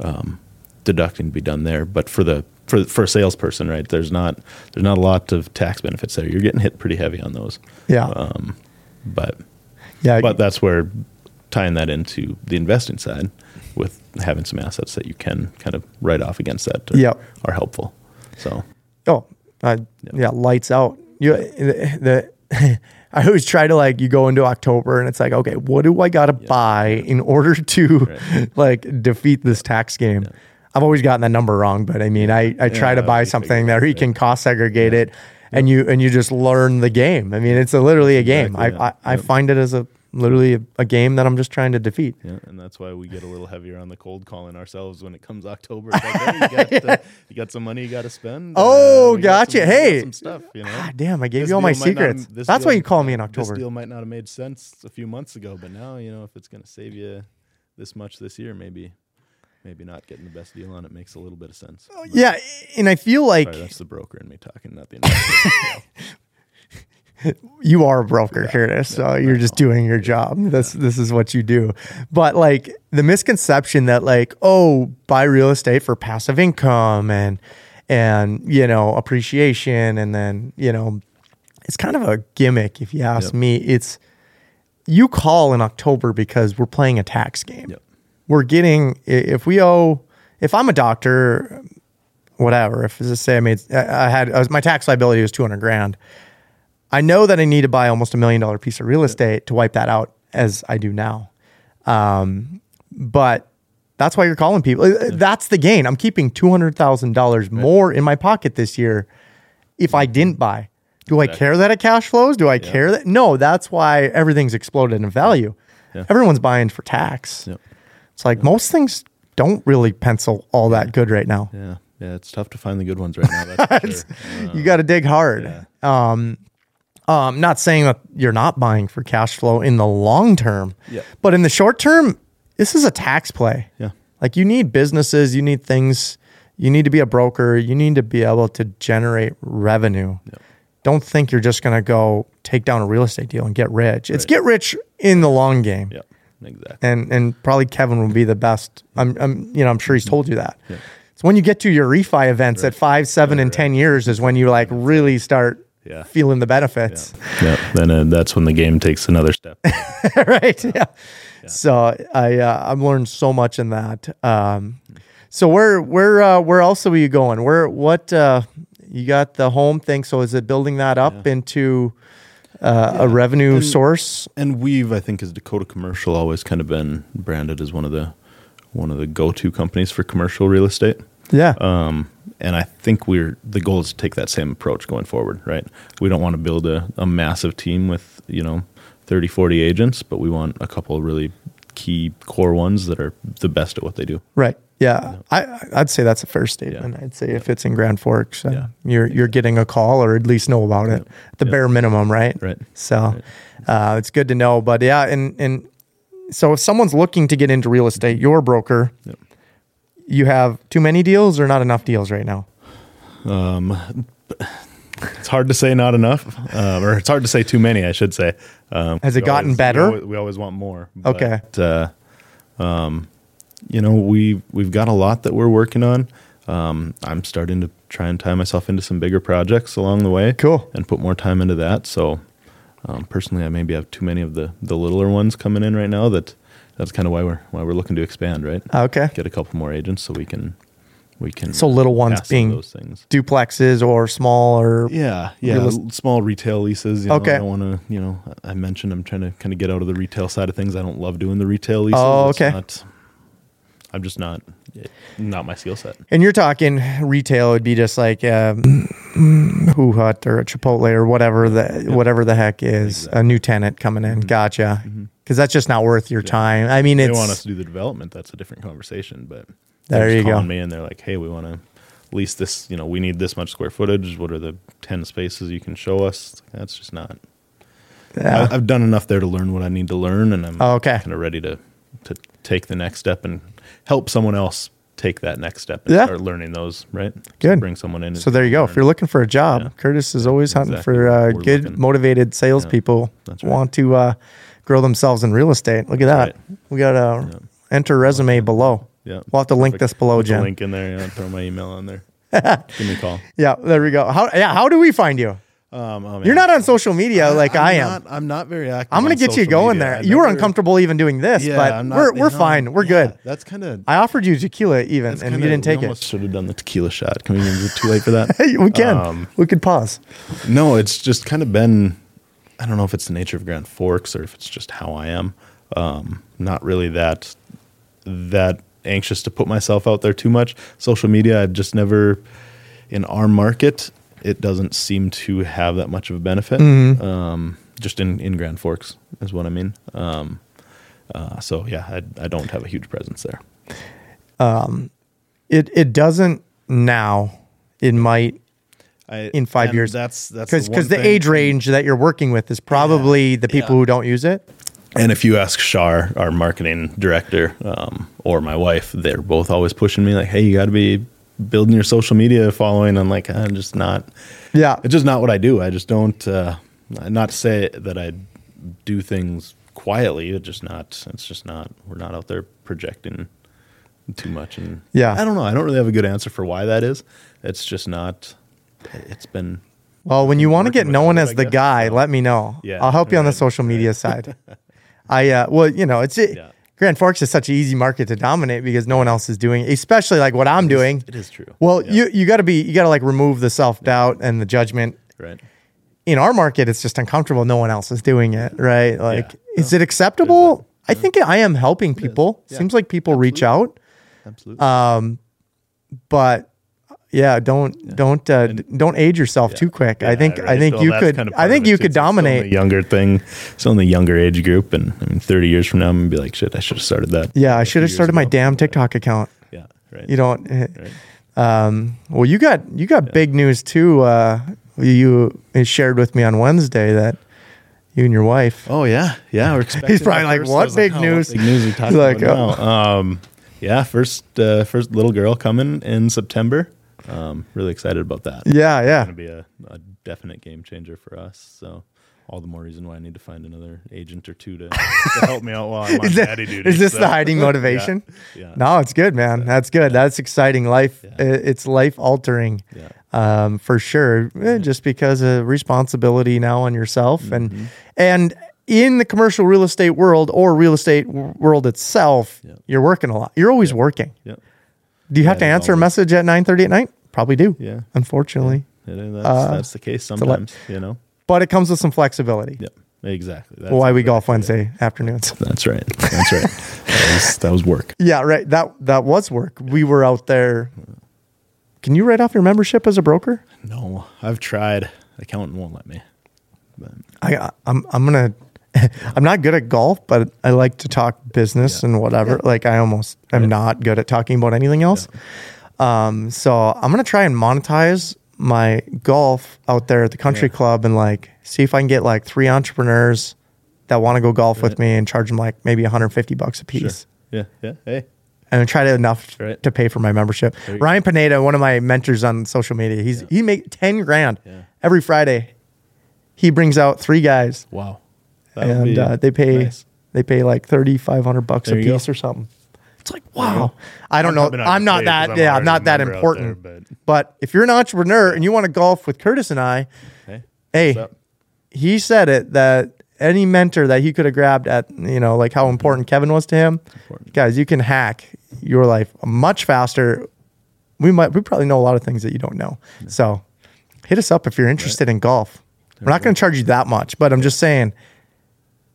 Speaker 2: um, deducting to be done there. But for the for for a salesperson, right? There's not there's not a lot of tax benefits there. You're getting hit pretty heavy on those.
Speaker 1: Yeah.
Speaker 2: Um, but
Speaker 1: yeah.
Speaker 2: but that's where tying that into the investing side with having some assets that you can kind of write off against that are,
Speaker 1: Yep.
Speaker 2: are helpful. So
Speaker 1: Oh, uh, yeah, lights out. You the, the I always try to like you go into October and it's like, okay, what do I gotta buy in order to like defeat this tax game? I've always gotten that number wrong, but I mean, I, I try to
Speaker 2: Yeah,
Speaker 1: buy
Speaker 2: you
Speaker 1: something
Speaker 2: figure
Speaker 1: that
Speaker 2: it out,
Speaker 1: he
Speaker 2: yeah.
Speaker 1: can cost segregate it, and you and you just learn the game. I mean, it's a, literally a game.
Speaker 2: Exactly,
Speaker 1: I,
Speaker 2: yeah.
Speaker 1: I, I find it as a literally a, a game that I'm just trying to defeat.
Speaker 2: Yeah, and that's why we get a little heavier on the cold calling ourselves when it comes October. It's like, hey, you, got, uh, you got some money you got to spend. uh,
Speaker 1: Oh,
Speaker 2: we got
Speaker 1: gotcha.
Speaker 2: some- we got
Speaker 1: Hey.
Speaker 2: some stuff. You know,
Speaker 1: God damn, I gave
Speaker 2: This
Speaker 1: you all my
Speaker 2: deal might not-
Speaker 1: secrets.
Speaker 2: this
Speaker 1: That's why
Speaker 2: deal-
Speaker 1: you call me in
Speaker 2: This
Speaker 1: October.
Speaker 2: deal might not have made sense a few months ago, but now you know if it's going to save you this much this year, maybe, maybe not getting the best deal on it makes a little bit of sense. But-
Speaker 1: Yeah, and I feel like
Speaker 2: Sorry, that's the broker in me talking, not the investor.
Speaker 1: you are a broker Curtis, so you're just doing your job. That's this is what you do. But like the misconception that like oh buy real estate for passive income and and you know appreciation and then you know it's kind of a gimmick if you ask
Speaker 2: Yep.
Speaker 1: me. It's you call in October because we're playing a tax game.
Speaker 2: Yep.
Speaker 1: We're getting i- if we owe if I'm a doctor whatever if just say I made I I had I was, my tax liability was 200 grand. I know that I need to buy almost a million dollar piece of real estate to wipe that out as I do now. Um, but that's why you're calling people. Uh, That's the gain. I'm keeping $200,000 more in my pocket this year if I didn't buy. Do I care that it cash flows? Do I care that? No, that's why everything's exploded in value. Everyone's buying for tax.
Speaker 2: Yep.
Speaker 1: It's like most things don't really pencil all that good right now.
Speaker 2: yeah, yeah, it's tough to find the good ones right now. That's for sure.
Speaker 1: You got to dig hard. Um, um, not saying that you're not buying for cash flow in the long term,
Speaker 2: Yeah.
Speaker 1: but in the short term, this is a tax play.
Speaker 2: Yeah.
Speaker 1: Like you need businesses, you need things, you need to be a broker, you need to be able to generate revenue. Don't think you're just going to go take down a real estate deal and get rich. It's get rich in the long game.
Speaker 2: yeah, exactly.
Speaker 1: And and probably Kevin will be the best. I'm, I'm you know, I'm sure he's told you that. It's when you get to your refi events at five, seven, and ten years is when you like really start
Speaker 2: Yeah.
Speaker 1: feeling the benefits.
Speaker 2: Yep. Then uh, that's when the game takes another step.
Speaker 1: right? Yeah. So I uh, I've learned so much in that. Um, so where where uh, where else are you going? Where what uh, you got the home thing? So is it building that up into uh, a revenue source?
Speaker 2: and Weave, I think, is Dakota Commercial always kind of been branded as one of the one of the go to companies for commercial real estate.
Speaker 1: Yeah.
Speaker 2: Um, and I think we're the goal is to take that same approach going forward, right? We don't want to build a, a massive team with, you know, 30, 40 agents, but we want a couple really key core ones that are the best at what they do.
Speaker 1: right. Yeah. I I'd say that's a fair statement. I'd say if it's in Grand Forks, uh,
Speaker 2: Yeah.
Speaker 1: you're you're getting a call or at least know about it. The bare minimum, right?
Speaker 2: Right.
Speaker 1: So Uh, it's good to know. But yeah, and and so if someone's looking to get into real estate, your broker, you have too many deals or not enough deals right now.
Speaker 2: It's hard to say not enough, um, or it's hard to say too many, I should say. Um,
Speaker 1: Has it
Speaker 2: we
Speaker 1: gotten
Speaker 2: always-
Speaker 1: better?
Speaker 2: We always, we always want more. but,
Speaker 1: Okay.
Speaker 2: uh, um, you know, we we've got a lot that we're working on. Um, I'm starting to try and tie myself into some bigger projects along the way.
Speaker 1: Cool.
Speaker 2: And put more time into that. So, um, personally, I maybe have too many of the the littler ones coming in right now. That that's kind of why we're why we're looking to expand, right?
Speaker 1: Okay.
Speaker 2: Get a couple more agents so we can we can
Speaker 1: Uh, So little ones
Speaker 2: pass some of
Speaker 1: being
Speaker 2: those things.
Speaker 1: Duplexes or small or
Speaker 2: Yeah, yeah,
Speaker 1: Realis-
Speaker 2: l- small retail leases. You know,
Speaker 1: Okay.
Speaker 2: I don't want to, you know, I I mentioned I'm trying to kind of get out of the retail side of things. I don't love doing the retail leases.
Speaker 1: Oh,
Speaker 2: It's
Speaker 1: okay.
Speaker 2: not- I'm just not, not my skill set.
Speaker 1: And you're talking retail would be just like um, Hoo Hut or a Chipotle or whatever the whatever the heck is a new tenant coming in. Gotcha. Because that's just not worth your time. I mean,
Speaker 2: Mm-hmm. They
Speaker 1: it's
Speaker 2: want us to do the development. That's a different conversation. But
Speaker 1: There
Speaker 2: they're just
Speaker 1: you go.
Speaker 2: calling Me and they're like, hey, we want to lease this. You know, we need this much square footage. What are the ten spaces you can show us? That's just not.
Speaker 1: Yeah.
Speaker 2: I, I've done enough there to learn what I need to learn, and I'm
Speaker 1: uh, Oh, okay.
Speaker 2: kind of ready to to take the next step and help someone else take that next step and
Speaker 1: Yeah.
Speaker 2: start learning those. Right?
Speaker 1: Good.
Speaker 2: bring someone in.
Speaker 1: So there you go. If you're looking for a job,
Speaker 2: Yeah.
Speaker 1: Curtis is always hunting
Speaker 2: Exactly.
Speaker 1: for uh,
Speaker 2: We're
Speaker 1: good,
Speaker 2: looking.
Speaker 1: motivated salespeople
Speaker 2: That's
Speaker 1: who
Speaker 2: right.
Speaker 1: want to uh, grow themselves in real estate. Look at
Speaker 2: That's
Speaker 1: that. We got to enter resume below.
Speaker 2: yeah,
Speaker 1: We'll have to link this
Speaker 2: Perfect.
Speaker 1: below,
Speaker 2: Put the
Speaker 1: Jen.
Speaker 2: Link in there. Yeah, throw my email on there. Give me a call.
Speaker 1: Yeah, there we go. How yeah? How do we find you?
Speaker 2: Um, oh,
Speaker 1: You're
Speaker 2: man.
Speaker 1: not on social media like
Speaker 2: I'm
Speaker 1: I am.
Speaker 2: Not, I'm not very active.
Speaker 1: I'm gonna
Speaker 2: on
Speaker 1: get you
Speaker 2: social
Speaker 1: going
Speaker 2: media.
Speaker 1: there.
Speaker 2: I
Speaker 1: You were
Speaker 2: never-
Speaker 1: uncomfortable even doing this,
Speaker 2: Yeah,
Speaker 1: but
Speaker 2: I'm not-
Speaker 1: we're we're
Speaker 2: no,
Speaker 1: fine. We're
Speaker 2: yeah,
Speaker 1: good.
Speaker 2: That's kind of.
Speaker 1: I offered you tequila even, and you didn't take it.
Speaker 2: Should have done the tequila shot. Can we? Is it too late for that?
Speaker 1: Hey, we can.
Speaker 2: Um,
Speaker 1: we could pause.
Speaker 2: No, it's just kind of been. I don't know if it's the nature of Grand Forks or if it's just how I am. Um, not really that that anxious to put myself out there too much. Social media, I've just never in our market. It doesn't seem to have that much of a benefit.
Speaker 1: Mm-hmm.
Speaker 2: Um, just in in Grand Forks is what I mean. Um, uh, so yeah, I, I don't have a huge presence there.
Speaker 1: It it doesn't now. It might
Speaker 2: I,
Speaker 1: In five
Speaker 2: and
Speaker 1: years.
Speaker 2: that's that's
Speaker 1: because
Speaker 2: one
Speaker 1: because the
Speaker 2: thing.
Speaker 1: age range that you're working with is probably the people
Speaker 2: Yeah.
Speaker 1: who don't use it.
Speaker 2: And if you ask Shar, our marketing director, um, or my wife, they're both always pushing me like, "Hey, you got to be building your social media following." I'm like, I'm just not.
Speaker 1: Yeah,
Speaker 2: It's just not what I do. I just don't. Uh, not to say that I do things quietly. It's just not. It's just not. We're not out there projecting too much. And
Speaker 1: Yeah.
Speaker 2: I don't know. I don't really have a good answer for why that is. It's just not. It's been.
Speaker 1: Well, when you want to
Speaker 2: working
Speaker 1: get
Speaker 2: with
Speaker 1: known
Speaker 2: it,
Speaker 1: as
Speaker 2: I
Speaker 1: the
Speaker 2: guess.
Speaker 1: guy, let me know.
Speaker 2: Yeah,
Speaker 1: I'll help you on the
Speaker 2: right,
Speaker 1: social media side. I uh, well, you know, it's it,
Speaker 2: Yeah.
Speaker 1: Grand Forks is such an easy market to dominate because no one else is doing, especially like what I'm doing.
Speaker 2: It is true.
Speaker 1: Well,
Speaker 2: Yeah.
Speaker 1: you you got to be you got to like remove the self doubt and the judgment.
Speaker 2: right.
Speaker 1: In our market, it's just uncomfortable. No one else is doing it, right? Like,
Speaker 2: Yeah.
Speaker 1: is it acceptable? I think I am helping people.
Speaker 2: Yeah.
Speaker 1: Seems like people reach out,
Speaker 2: Absolutely.
Speaker 1: but yeah, don't don't uh, d- don't age yourself too quick. I
Speaker 2: Yeah,
Speaker 1: think I
Speaker 2: right.
Speaker 1: think
Speaker 2: Well,
Speaker 1: you
Speaker 2: that's
Speaker 1: could
Speaker 2: kind of part
Speaker 1: I
Speaker 2: of
Speaker 1: think
Speaker 2: it,
Speaker 1: you
Speaker 2: too.
Speaker 1: could
Speaker 2: It's still in
Speaker 1: dominate.
Speaker 2: the younger thing, still in the younger age group, and I mean, thirty years from now, I'm gonna be like, shit, I should have started that.
Speaker 1: Yeah, I
Speaker 2: a
Speaker 1: should have
Speaker 2: few years
Speaker 1: started my
Speaker 2: ago.
Speaker 1: damn TikTok account.
Speaker 2: Yeah, right.
Speaker 1: You don't. eh, Um, well, you got you got big news too. Uh, you you shared with me on Wednesday that you and your wife.
Speaker 2: Oh yeah, yeah. We're expecting
Speaker 1: He's probably
Speaker 2: that
Speaker 1: like,
Speaker 2: first.
Speaker 1: "What
Speaker 2: I was
Speaker 1: big
Speaker 2: "Oh,
Speaker 1: news?"
Speaker 2: What big news? We talking
Speaker 1: Like, "Oh."
Speaker 2: about now. Um, yeah, first uh, first little girl coming in September. Um, really excited about that.
Speaker 1: Yeah, yeah.
Speaker 2: Gonna be a, a definite game changer for us. So All the more reason why I need to find another agent or two to, to help me out while I'm on
Speaker 1: Is, that-
Speaker 2: daddy duty.
Speaker 1: is this
Speaker 2: so-
Speaker 1: the hiding motivation?
Speaker 2: Yeah.
Speaker 1: No, it's good, man. That's good. That's exciting. Life, i- it's life altering,
Speaker 2: Yeah.
Speaker 1: um, for sure. eh, Just because of responsibility now on yourself,
Speaker 2: Mm-hmm.
Speaker 1: and and in the commercial real estate world or real estate w- world itself, you're working a lot. You're always working.
Speaker 2: Yep.
Speaker 1: Do you have to
Speaker 2: Yeah,
Speaker 1: answer a
Speaker 2: always.
Speaker 1: message at nine thirty at night? Probably do.
Speaker 2: Yeah.
Speaker 1: unfortunately,
Speaker 2: It is- that's, that's the case
Speaker 1: Uh, a lot.
Speaker 2: sometimes, you know?
Speaker 1: but it comes with some flexibility.
Speaker 2: Yep. Exactly. That's
Speaker 1: Why we golf Wednesday afternoons.
Speaker 2: That's right. That's right. that, was, that was work.
Speaker 1: Yeah, right. That that was work. We were out there. Can you write off your membership as a broker?
Speaker 2: No, I've tried. Accountant won't let me. But
Speaker 1: I I'm I'm gonna. I'm not good at golf, but I like to talk business and whatever. Like I almost am not good at talking about anything else. Um, so I'm gonna try and monetize my golf out there at the country club and like see if I can get like three entrepreneurs that want to go golf with me and charge them like maybe 150 bucks a
Speaker 2: sure.
Speaker 1: piece.
Speaker 2: Yeah. Yeah. Hey.
Speaker 1: and I tried it enough
Speaker 2: Right.
Speaker 1: to pay for my membership.
Speaker 2: There you
Speaker 1: Ryan Pineda, one of my mentors on social media, he's he make ten grand
Speaker 2: Yeah.
Speaker 1: every Friday. He brings out three guys,
Speaker 2: Wow.
Speaker 1: and uh, they pay
Speaker 2: nice.
Speaker 1: they pay like thirty five hundred bucks
Speaker 2: There
Speaker 1: a
Speaker 2: you go.
Speaker 1: piece or something. It's like wow. I don't
Speaker 2: probably
Speaker 1: know.
Speaker 2: not
Speaker 1: I'm
Speaker 2: gonna
Speaker 1: not
Speaker 2: pay 'cause
Speaker 1: that
Speaker 2: I'm
Speaker 1: yeah. I'm
Speaker 2: already
Speaker 1: not
Speaker 2: a
Speaker 1: that
Speaker 2: member out
Speaker 1: important.
Speaker 2: there,
Speaker 1: but. if you're an entrepreneur and you want to golf with Curtis and I,
Speaker 2: Hey.
Speaker 1: hey,
Speaker 2: What's up?
Speaker 1: he said it that any mentor that he could have grabbed at you know like how important Kevin was to him,
Speaker 2: Important.
Speaker 1: guys, you can hack your life much faster. We might we probably know a lot of things that you don't know. So hit us up if you're interested in golf. We're not going to charge you that much, but I'm just saying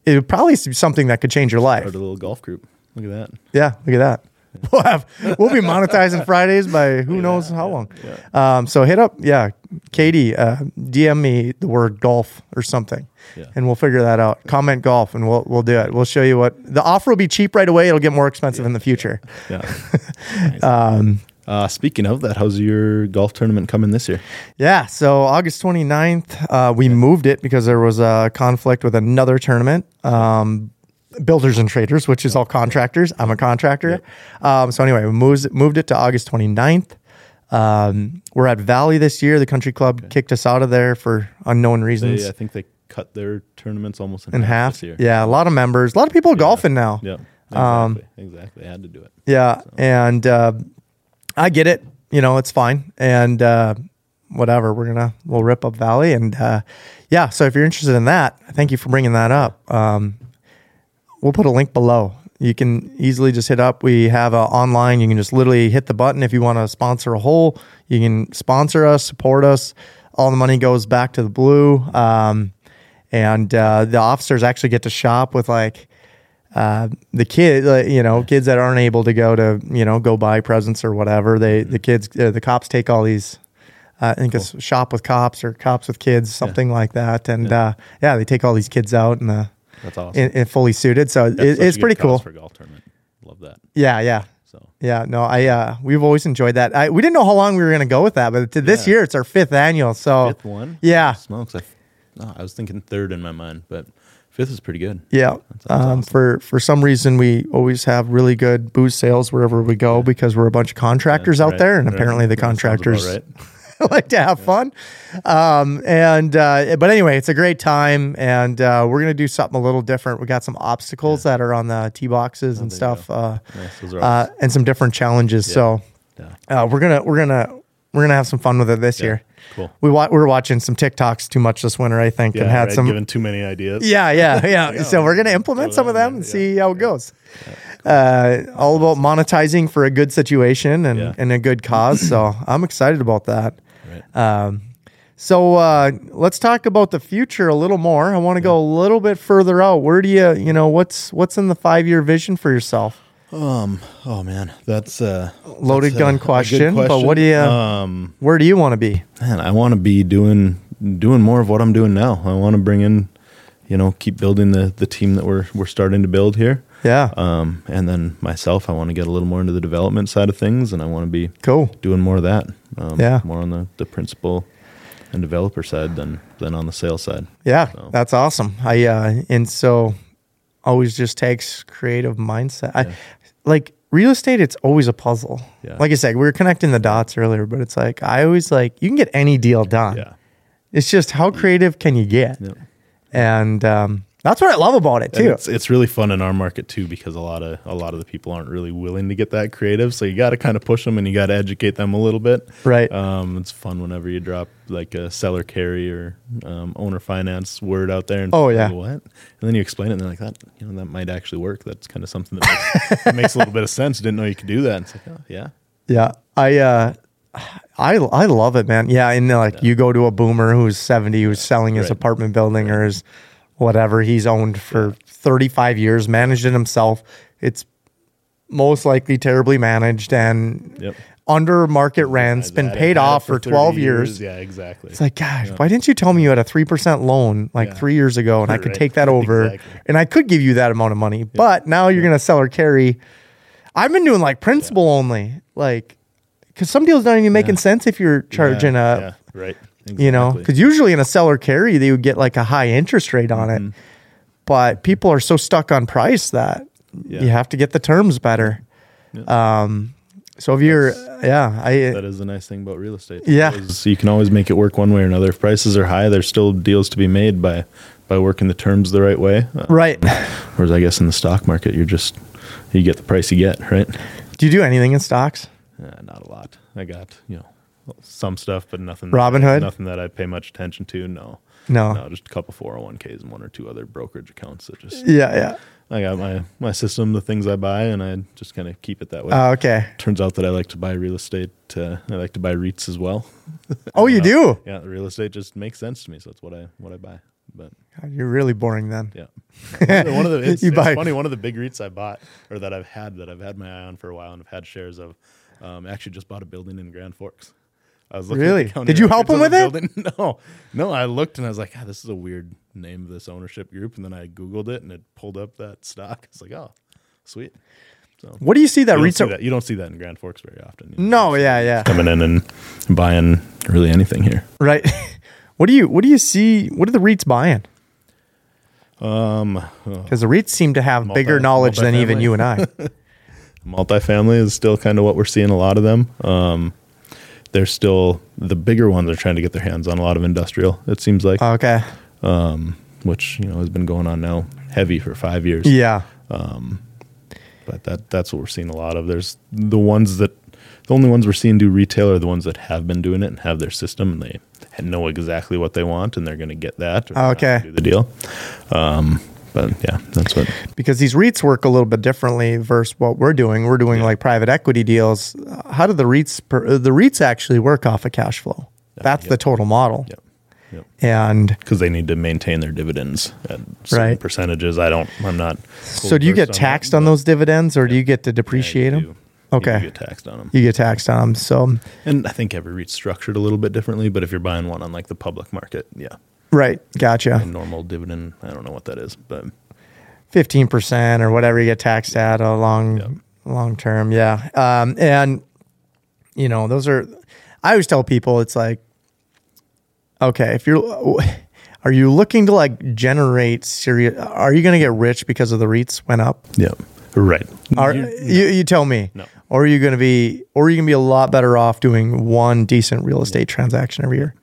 Speaker 1: it would probably be something that could change your life.
Speaker 2: Started a little golf group. Look at that.
Speaker 1: Yeah, look at that. We'll have we'll be monetizing Fridays by who knows how long. Um, so hit up yeah, Katie, uh, DM me the word golf or something,
Speaker 2: Yeah.
Speaker 1: and we'll figure that out. Comment golf, and we'll we'll do it. We'll show you what the offer will be cheap right away. It'll get more expensive in the future.
Speaker 2: Yeah. Nice.
Speaker 1: Um,
Speaker 2: uh, speaking of that, how's your golf tournament coming this year?
Speaker 1: Yeah, so August 29th, uh, we moved it because there was a conflict with another tournament, um, Builders and Traders, which is all contractors. I'm a contractor. Um, so, anyway, we moved, moved it to August 29th. Um, we're at Valley this year. The country club kicked us out of there for unknown reasons
Speaker 2: They, I think they cut their tournaments almost in,
Speaker 1: in
Speaker 2: half,
Speaker 1: half.
Speaker 2: this year.
Speaker 1: Yeah, a lot of members, a lot of people golfing now.
Speaker 2: Yeah. Exactly. exactly. They had to do it.
Speaker 1: Yeah, and uh, I get it. You know, it's fine, and uh, whatever. We're gonna we'll rip up Valley, and uh, yeah. So if you're interested in that, thank you for bringing that up. Um, we'll put a link below. You can easily just hit up. We have a online. You can just literally hit the button if you want to sponsor a hole. You can sponsor us, support us. All the money goes back to the blue. Um, and uh, the officers actually get to shop with like uh, the kid, like, you know, kids that aren't able to go to, you know, go buy presents or whatever. They,
Speaker 2: Mm-hmm.
Speaker 1: the kids, uh, the cops take all these. Uh, I think it's shop with cops or cops with kids, something like that. And yeah. Uh, yeah, they take all these kids out and the
Speaker 2: That's awesome.
Speaker 1: and, and fully suited. So
Speaker 2: That's
Speaker 1: it,
Speaker 2: such a
Speaker 1: it's
Speaker 2: good
Speaker 1: pretty
Speaker 2: cause
Speaker 1: cool.
Speaker 2: for a golf tournament. Love that.
Speaker 1: yeah, yeah,
Speaker 2: So
Speaker 1: yeah. No, I uh, we've always enjoyed that. I, we didn't know how long we were going to go with that, but to this
Speaker 2: Yeah.
Speaker 1: year it's our fifth annual. So
Speaker 2: fifth one.
Speaker 1: Oh. yeah,
Speaker 2: Smokes. I, no, I was thinking third in my mind, but fifth is pretty good.
Speaker 1: yeah.
Speaker 2: That sounds
Speaker 1: Um,
Speaker 2: awesome.
Speaker 1: For for some reason, we always have really good booze sales wherever we go because we're a bunch of contractors out
Speaker 2: Right,
Speaker 1: there, and
Speaker 2: right.
Speaker 1: apparently the
Speaker 2: That sounds about
Speaker 1: contractors
Speaker 2: right.
Speaker 1: like to have fun. Um, and uh, but anyway, it's a great time, and uh, we're gonna do something a little different. We got some obstacles that are on the tee boxes and
Speaker 2: Oh, there you
Speaker 1: stuff,
Speaker 2: go.
Speaker 1: uh,
Speaker 2: Nice, those are
Speaker 1: uh,
Speaker 2: awesome.
Speaker 1: and some different challenges. So
Speaker 2: Yeah.
Speaker 1: uh, we're gonna we're gonna we're gonna have some fun with it this year.
Speaker 2: Cool.
Speaker 1: We wa- we were watching some TikToks too much this winter, I think, and had some.
Speaker 2: given too many ideas.
Speaker 1: yeah, yeah, yeah. So we're gonna implement
Speaker 2: Throw
Speaker 1: some of
Speaker 2: that
Speaker 1: them
Speaker 2: in
Speaker 1: and
Speaker 2: there,
Speaker 1: see how it goes. Uh, all about monetizing for a good situation and,
Speaker 2: Yeah.
Speaker 1: and a good cause. So I'm excited about that.
Speaker 2: Right.
Speaker 1: Um, so uh, let's talk about the future a little more. I want to go a little bit further out. Where do you, you know, what's what's in the five year vision for yourself?
Speaker 2: Um. Oh man, that's uh,
Speaker 1: Loaded
Speaker 2: that's a-
Speaker 1: gun
Speaker 2: a good
Speaker 1: question, but what do you-
Speaker 2: Um.
Speaker 1: Where do you want to be?
Speaker 2: Man, I want to be doing doing more of what I'm doing now. I want to bring in, you know, keep building the the team that we're we're starting to build here.
Speaker 1: Yeah,
Speaker 2: Um. And then myself, I want to get a little more into the development side of things, and I want to be
Speaker 1: cool.
Speaker 2: doing more of that. Um,
Speaker 1: Yeah.
Speaker 2: More on the the principal and developer side than than on the sales side.
Speaker 1: Yeah,
Speaker 2: So-
Speaker 1: that's awesome. I uh, and so always just takes creative mindset. I like real estate. It's always a puzzle.
Speaker 2: Yeah.
Speaker 1: Like I said, we were connecting the dots earlier, but it's like I always like you can get any deal done.
Speaker 2: Yeah.
Speaker 1: It's just how creative can you get?
Speaker 2: Yep.
Speaker 1: and um, that's what I love about it
Speaker 2: And
Speaker 1: too.
Speaker 2: It's, it's really fun in our market too because a lot of a lot of the people aren't really willing to get that creative. So you got to kind of push them and you got to educate them a little bit.
Speaker 1: Right.
Speaker 2: Um, it's fun whenever you drop like a seller carry or um, owner finance word out there. And
Speaker 1: Oh,
Speaker 2: people
Speaker 1: yeah.
Speaker 2: go, what? And then you explain it and they're like that. You know that might actually work. That's kind of something that makes, that makes a little bit of sense. Didn't know you could do that. And it's like oh yeah.
Speaker 1: Yeah, I uh, I I love it, man. Yeah, and like you go to a boomer who's seventy, who's selling his
Speaker 2: Right.
Speaker 1: apartment building or his whatever he's owned for thirty five years, managed it himself. It's most likely terribly managed and
Speaker 2: Yep.
Speaker 1: under market rents,
Speaker 2: I've
Speaker 1: been
Speaker 2: had it-
Speaker 1: paid
Speaker 2: had it
Speaker 1: off for
Speaker 2: 30
Speaker 1: twelve years.
Speaker 2: Yeah, exactly.
Speaker 1: It's like, gosh, why didn't you tell me you had a three percent loan like
Speaker 2: Yeah.
Speaker 1: three years ago, and I could
Speaker 2: Right.
Speaker 1: take that over,
Speaker 2: Exactly.
Speaker 1: and I could give you that amount of money, but now you're gonna sell or carry. I've been doing like principal only, like because some deals not even making sense if you're charging
Speaker 2: yeah,
Speaker 1: a,
Speaker 2: yeah, right.
Speaker 1: you know,
Speaker 2: Exactly.
Speaker 1: because usually in a seller carry they would get like a high interest rate on it, but people are so stuck on price that
Speaker 2: Mm-hmm. Yeah.
Speaker 1: you have to get the terms better. Um, so if you're, yeah, I
Speaker 2: that is the nice thing about real estate.
Speaker 1: Yeah.
Speaker 2: Is you can always make it work one way or another. If prices are high, there's still deals to be made by by working the terms the right way. Uh,
Speaker 1: right.
Speaker 2: Whereas I guess in the stock market, you're just you get the price you get, right?
Speaker 1: Do you do anything in stocks?
Speaker 2: Uh, not a lot. I got you know some stuff, but nothing.
Speaker 1: Robinhood?
Speaker 2: Nothing that I pay much attention to. No.
Speaker 1: No.
Speaker 2: No, just a couple 401ks and one or two other brokerage accounts that just
Speaker 1: Yeah, yeah.
Speaker 2: I got my my system, the things I buy, and I just kind of keep it that way.
Speaker 1: Oh, okay.
Speaker 2: Turns out that I like to buy real estate. Uh, I like to buy REITs as well. Uh,
Speaker 1: Oh, you do?
Speaker 2: Yeah, real estate just makes sense to me, so that's what I what I buy. But
Speaker 1: God, you're really boring then.
Speaker 2: yeah, one of the it's,
Speaker 1: You
Speaker 2: it's
Speaker 1: buy-
Speaker 2: funny one of the big REITs I bought or that I've had that I've had my eye on for a while and I've had shares of. Um, actually, just bought a building in Grand Forks. I was looking at the
Speaker 1: Really?
Speaker 2: county
Speaker 1: Did you help him
Speaker 2: records of
Speaker 1: with
Speaker 2: the building. No, no. I looked and I was like, ah, this is a weird name of this ownership group, and then I googled it and it pulled up that stock. It's like, oh, sweet.
Speaker 1: What do you see that
Speaker 2: You don't,
Speaker 1: reads?
Speaker 2: see that. you don't see that in Grand Forks very often. you know.
Speaker 1: No, yeah, yeah,
Speaker 2: coming in and buying really anything here.
Speaker 1: right. what do you What do you see? What are the REITs buying? Um, because the REITs seem to have bigger
Speaker 2: multi-
Speaker 1: knowledge than even
Speaker 2: multifamily.
Speaker 1: you and I.
Speaker 2: multifamily is still kind of what we're seeing a lot of them. Um, they're still the bigger ones are trying to get their hands on a lot of industrial. It seems like,
Speaker 1: okay.
Speaker 2: which you know has been going on now heavy for five years.
Speaker 1: Yeah.
Speaker 2: But that that's what we're seeing a lot of. There's the ones that the only ones we're seeing do retail are the ones that have been doing it and have their system and they know exactly what they want and they're going to get that. or they're not
Speaker 1: Okay.
Speaker 2: gonna do the deal. Um, but yeah, that's what.
Speaker 1: Because these REITs work a little bit differently versus what we're doing. We're doing like private equity deals. How do the REITs? Per, uh, the REITs actually work off of cash flow. That's the total model.
Speaker 2: Yep. Yep.
Speaker 1: And
Speaker 2: because they need to maintain their dividends at certain
Speaker 1: Right.
Speaker 2: percentages. I don't. I'm not.
Speaker 1: so, do you get taxed on those dividends, or do you get to depreciate them? Okay.
Speaker 2: You do get taxed on them,
Speaker 1: you get taxed on them. So,
Speaker 2: and I think every REIT's structured a little bit differently. But if you're buying one on like the public market, yeah,
Speaker 1: right,
Speaker 2: a
Speaker 1: gotcha.
Speaker 2: normal dividend. I don't know what that is, but
Speaker 1: 15% or whatever you get taxed at a long, long term. Yeah. Um, and, you know, those are, I always tell people it's like, okay, if you're, are you looking to like generate serious, are you going to get rich because of the REITs went up?
Speaker 2: yeah, right.
Speaker 1: Are,
Speaker 2: You-
Speaker 1: you, you tell me.
Speaker 2: No.
Speaker 1: Or are you going to be, or are you going to be a lot better off doing one decent real estate transaction every year?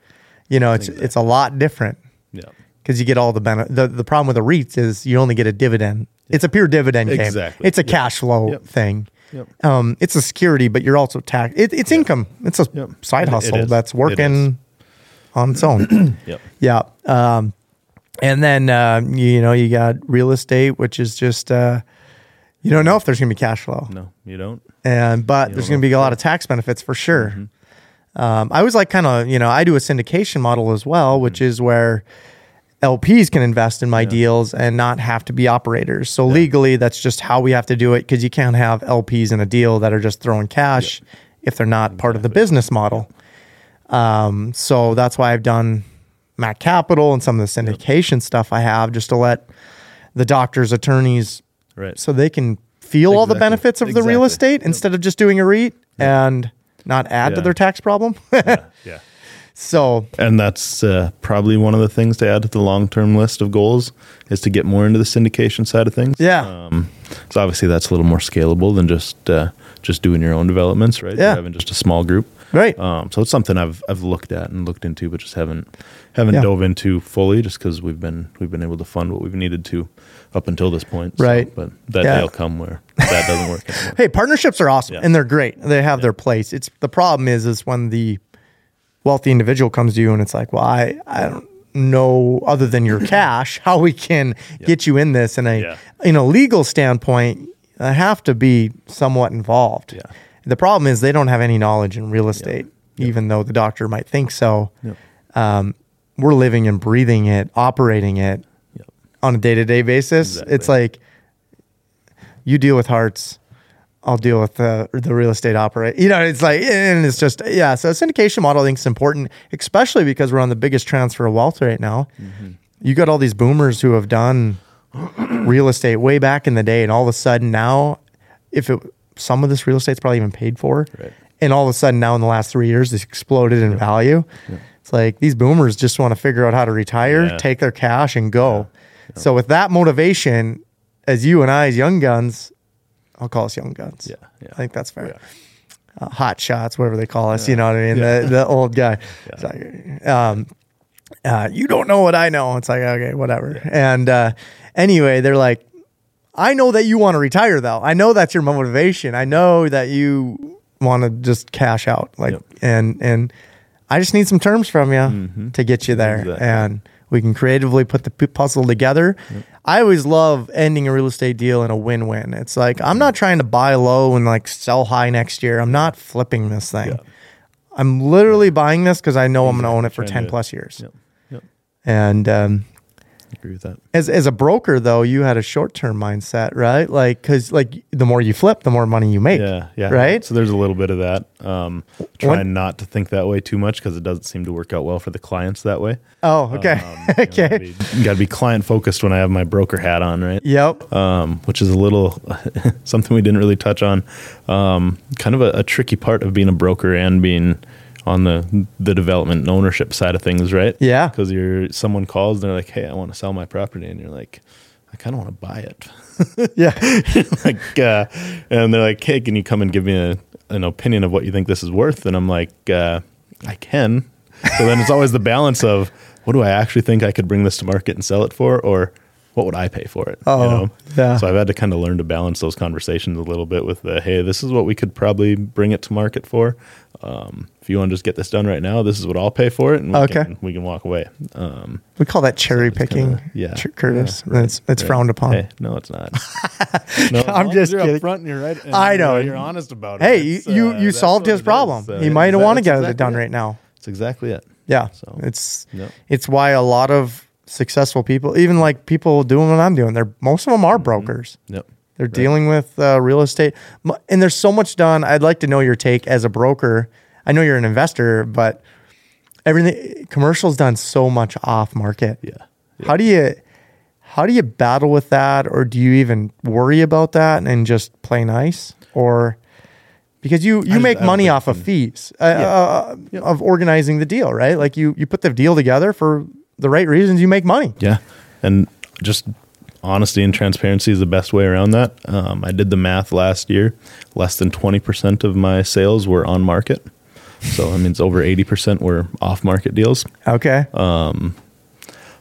Speaker 1: You know, it's, it's a lot different.
Speaker 2: yeah,
Speaker 1: because you get all the benefit. The, the problem with the REITs is you only get a dividend. It's a pure dividend game.
Speaker 2: Exactly.
Speaker 1: It's a
Speaker 2: Yep.
Speaker 1: cash flow
Speaker 2: Yep.
Speaker 1: thing.
Speaker 2: Yep.
Speaker 1: Um, it's a security, but you're also tax. It, it's income. It's a
Speaker 2: Yep.
Speaker 1: side
Speaker 2: It- it
Speaker 1: hustle
Speaker 2: is.
Speaker 1: that's
Speaker 2: It
Speaker 1: working on its own.
Speaker 2: yeah,
Speaker 1: yeah. Um, and then uh, you know you got real estate, which is just uh, you don't know if there's going to be cash flow
Speaker 2: No, you don't.
Speaker 1: and but there's going to be a lot of tax benefits for sure. Um, I was like, kind of, you know, I do a syndication model as well, which is where LPs can invest in my deals and not have to be operators. So legally, that's just how we have to do it because you can't have LPs in a deal that are just throwing cash if they're not part of the business model. Um, so that's why I've done Mac Capital and some of the syndication stuff I have just to let the doctors, attorneys,
Speaker 2: Right.
Speaker 1: so they can feel all the
Speaker 2: Exactly.
Speaker 1: benefits of the real
Speaker 2: Exactly.
Speaker 1: estate instead of just doing a REIT and not add to
Speaker 2: Yeah.
Speaker 1: their tax problem.
Speaker 2: yeah.
Speaker 1: so,
Speaker 2: and that's uh, probably one of the things to add to the long-term list of goals is to get more into the syndication side of things.
Speaker 1: Yeah.
Speaker 2: Um, so obviously that's a little more scalable than just uh, just doing your own developments, right?
Speaker 1: Yeah.
Speaker 2: Having just a small group.
Speaker 1: Right.
Speaker 2: Um, so it's something I've I've looked at and looked into, but just haven't haven't
Speaker 1: Yeah.
Speaker 2: dove into fully, just because we've been we've been able to fund what we've needed to up until this point. So,
Speaker 1: Right.
Speaker 2: but that
Speaker 1: Yeah.
Speaker 2: day'll come where that doesn't work. Anymore.
Speaker 1: hey, partnerships are awesome
Speaker 2: Yeah.
Speaker 1: and they're great. They have their place. It's the problem is is when the wealthy individual comes to you and it's like, well, I I don't know other than your cash how we can get you in this. And I,
Speaker 2: Yeah.
Speaker 1: in a legal standpoint, I have to be somewhat involved.
Speaker 2: Yeah.
Speaker 1: The problem is they don't have any knowledge in real estate, even though the doctor might think so. Um, we're living and breathing it, operating it
Speaker 2: Yep.
Speaker 1: on a day to day basis.
Speaker 2: Exactly.
Speaker 1: It's like you deal with hearts, I'll deal with the the real estate operator. You know, it's like and it's just yeah. So syndication model I think is important, especially because we're on the biggest transfer of wealth right now.
Speaker 2: Mm-hmm.
Speaker 1: You got all these boomers who have done real estate way back in the day, and all of a sudden now, if it some of this real estate's probably even paid for,
Speaker 2: Right.
Speaker 1: and all of a sudden now in the last three years it's exploded in value. It's like these boomers just want to figure out how to retire,
Speaker 2: Yeah.
Speaker 1: take their cash, and go. So with that motivation, as you and I as young guns, I'll call us young guns.
Speaker 2: Yeah, yeah.
Speaker 1: I think that's fair.
Speaker 2: Yeah.
Speaker 1: Uh, hot shots, whatever they call us. You know what I mean? The, the old guy. It's like, um, uh, you don't know what I know. It's like, okay, whatever. And uh, anyway, they're like, I know that you want to retire, though. I know that's your motivation. I know that you want to just cash out, like,
Speaker 2: Yep.
Speaker 1: and and I just need some terms from you
Speaker 2: Mm-hmm.
Speaker 1: to get you there,
Speaker 2: Exactly.
Speaker 1: and we can creatively put the pu- puzzle together. I always love ending a real estate deal in a win-win. It's like I'm not trying to buy low and like sell high next year. I'm not flipping this thing. I'm literally buying this because I know I'm going to own it for
Speaker 2: Trying
Speaker 1: ten
Speaker 2: to-
Speaker 1: plus years,
Speaker 2: Yep. Yep.
Speaker 1: and. um
Speaker 2: Agree with that.
Speaker 1: as as a broker though, you had a short term mindset, right? Like because like the more you flip, the more money you make.
Speaker 2: Yeah, yeah.
Speaker 1: Right.
Speaker 2: So there's a little bit of that. Um, try
Speaker 1: One-
Speaker 2: not to think that way too much because it doesn't seem to work out well for the clients that way.
Speaker 1: oh, okay,
Speaker 2: Um,
Speaker 1: okay.
Speaker 2: Got to be client focused when I have my broker hat on, right?
Speaker 1: Yep.
Speaker 2: um, which is a little something we didn't really touch on. Um, kind of a, a tricky part of being a broker and being on the the development and ownership side of things, right?
Speaker 1: Yeah.
Speaker 2: because you're someone calls and they're like, "Hey, I want to sell my property," and you're like, "I kind of want to buy it."
Speaker 1: yeah.
Speaker 2: like, uh, and they're like, "Hey, can you come and give me a, an opinion of what you think this is worth?" And I'm like, uh, "I can." So then it's always the balance of what do I actually think I could bring this to market and sell it for, or what would I pay for it?
Speaker 1: Oh, yeah.
Speaker 2: So I've had to kind of learn to balance those conversations a little bit with the hey, this is what we could probably bring it to market for. Um, if you want to just get this done right now, this is what I'll pay for it, and we,
Speaker 1: Okay.
Speaker 2: can, we can walk away. Um,
Speaker 1: We call that cherry picking,
Speaker 2: kinda- yeah,
Speaker 1: Cur- Curtis. It's it's frowned upon.
Speaker 2: Hey, no, it's not. No, as
Speaker 1: I'm
Speaker 2: long as
Speaker 1: just
Speaker 2: you're
Speaker 1: kidding.
Speaker 2: Up front and you're right. and,
Speaker 1: I
Speaker 2: you
Speaker 1: know.
Speaker 2: You're honest about it.
Speaker 1: Hey, you
Speaker 2: It's,
Speaker 1: you,
Speaker 2: uh,
Speaker 1: you
Speaker 2: that's
Speaker 1: solved
Speaker 2: what
Speaker 1: his
Speaker 2: it is.
Speaker 1: problem.
Speaker 2: So,
Speaker 1: he
Speaker 2: yeah,
Speaker 1: might
Speaker 2: that-
Speaker 1: have want to
Speaker 2: that's
Speaker 1: get it
Speaker 2: exactly
Speaker 1: done right now.
Speaker 2: That's exactly it.
Speaker 1: Yeah.
Speaker 2: So,
Speaker 1: It's
Speaker 2: yep.
Speaker 1: it's why a lot of successful people, even like people doing what I'm doing, they're most of them
Speaker 2: Mm-hmm.
Speaker 1: are brokers.
Speaker 2: Yep.
Speaker 1: They're dealing with uh, real estate, M- and there's so much done. I'd like to know your take as a broker. I know you're an investor, but everything commercials done so much off market.
Speaker 2: Yeah. Yeah.
Speaker 1: How do you how do you battle with that, or do you even worry about that and just play nice, or because you you
Speaker 2: just-
Speaker 1: make
Speaker 2: I don't
Speaker 1: money
Speaker 2: think
Speaker 1: off of fees uh, uh, of organizing the deal, right? Like you you put the deal together for the right reasons. You make money.
Speaker 2: Yeah. And just honesty and transparency is the best way around that. Um, I did the math last year. Less than 20% of my sales were on market. So, I mean, it's over 80% were off market deals.
Speaker 1: Okay.
Speaker 2: Uh,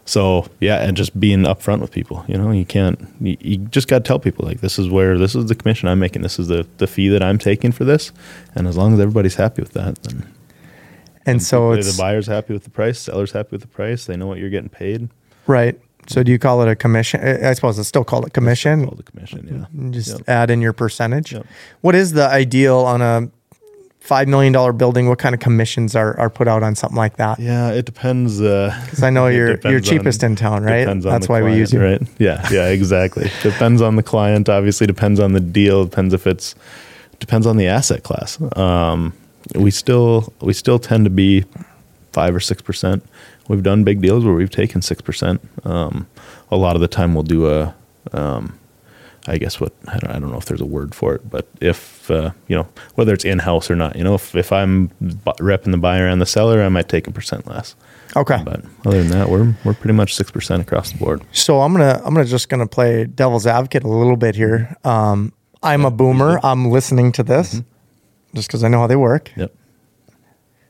Speaker 2: So yeah, and just being upfront with people. You know, you can't. You, you just got to tell people like this is where this is the commission I'm making. This is the the fee that I'm taking for this. And as long as everybody's happy with that, then
Speaker 1: and so
Speaker 2: hopefully
Speaker 1: it's
Speaker 2: the buyer's happy with the price, seller's happy with the price. They know what you're getting paid.
Speaker 1: Right. So do you call it a commission? I I suppose it's still called a commission.
Speaker 2: All the commission. Yeah.
Speaker 1: You Just
Speaker 2: Yep.
Speaker 1: add in your percentage.
Speaker 2: Yep.
Speaker 1: What is the ideal on a five million dollar building? What kind of commissions are, are put out on something like that?
Speaker 2: Yeah, it depends. uh, Because
Speaker 1: I know you're- you're cheapest in town, right? That's why we use you.
Speaker 2: right? Yeah, yeah, exactly. depends on the client. Obviously, depends on the deal. Depends if it's depends on the asset class. Um, we still we still tend to be five or six percent. We've done big deals where we've taken six percent. Um, a lot of the time, we'll do a um, I guess what I don't, I don't know if there's a word for it, but if uh, you know whether it's in house or not, you know if if I'm bu- repping the buyer and the seller, I might take a percent less.
Speaker 1: Okay.
Speaker 2: But other than that, we're we're pretty much six percent across the board.
Speaker 1: So I'm gonna I'm gonna just gonna play devil's advocate a little bit here.
Speaker 2: Mm-hmm.
Speaker 1: Um, I'm a boomer. I'm listening to this just because I know how they work.
Speaker 2: Yep.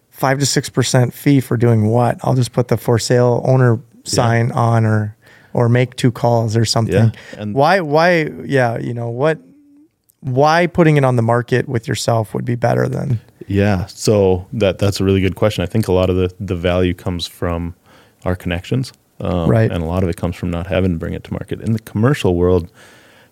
Speaker 1: five to six percent fee for doing what? I'll just put the for sale owner sign on or or make two calls or something.
Speaker 2: Yeah, and-
Speaker 1: why why yeah, you know, what why putting it on the market with yourself would be better than
Speaker 2: Yeah. So that that's a really good question. I think a lot of the the value comes from our connections, um,
Speaker 1: Right.
Speaker 2: And a lot of it comes from not having to bring it to market. In the commercial world,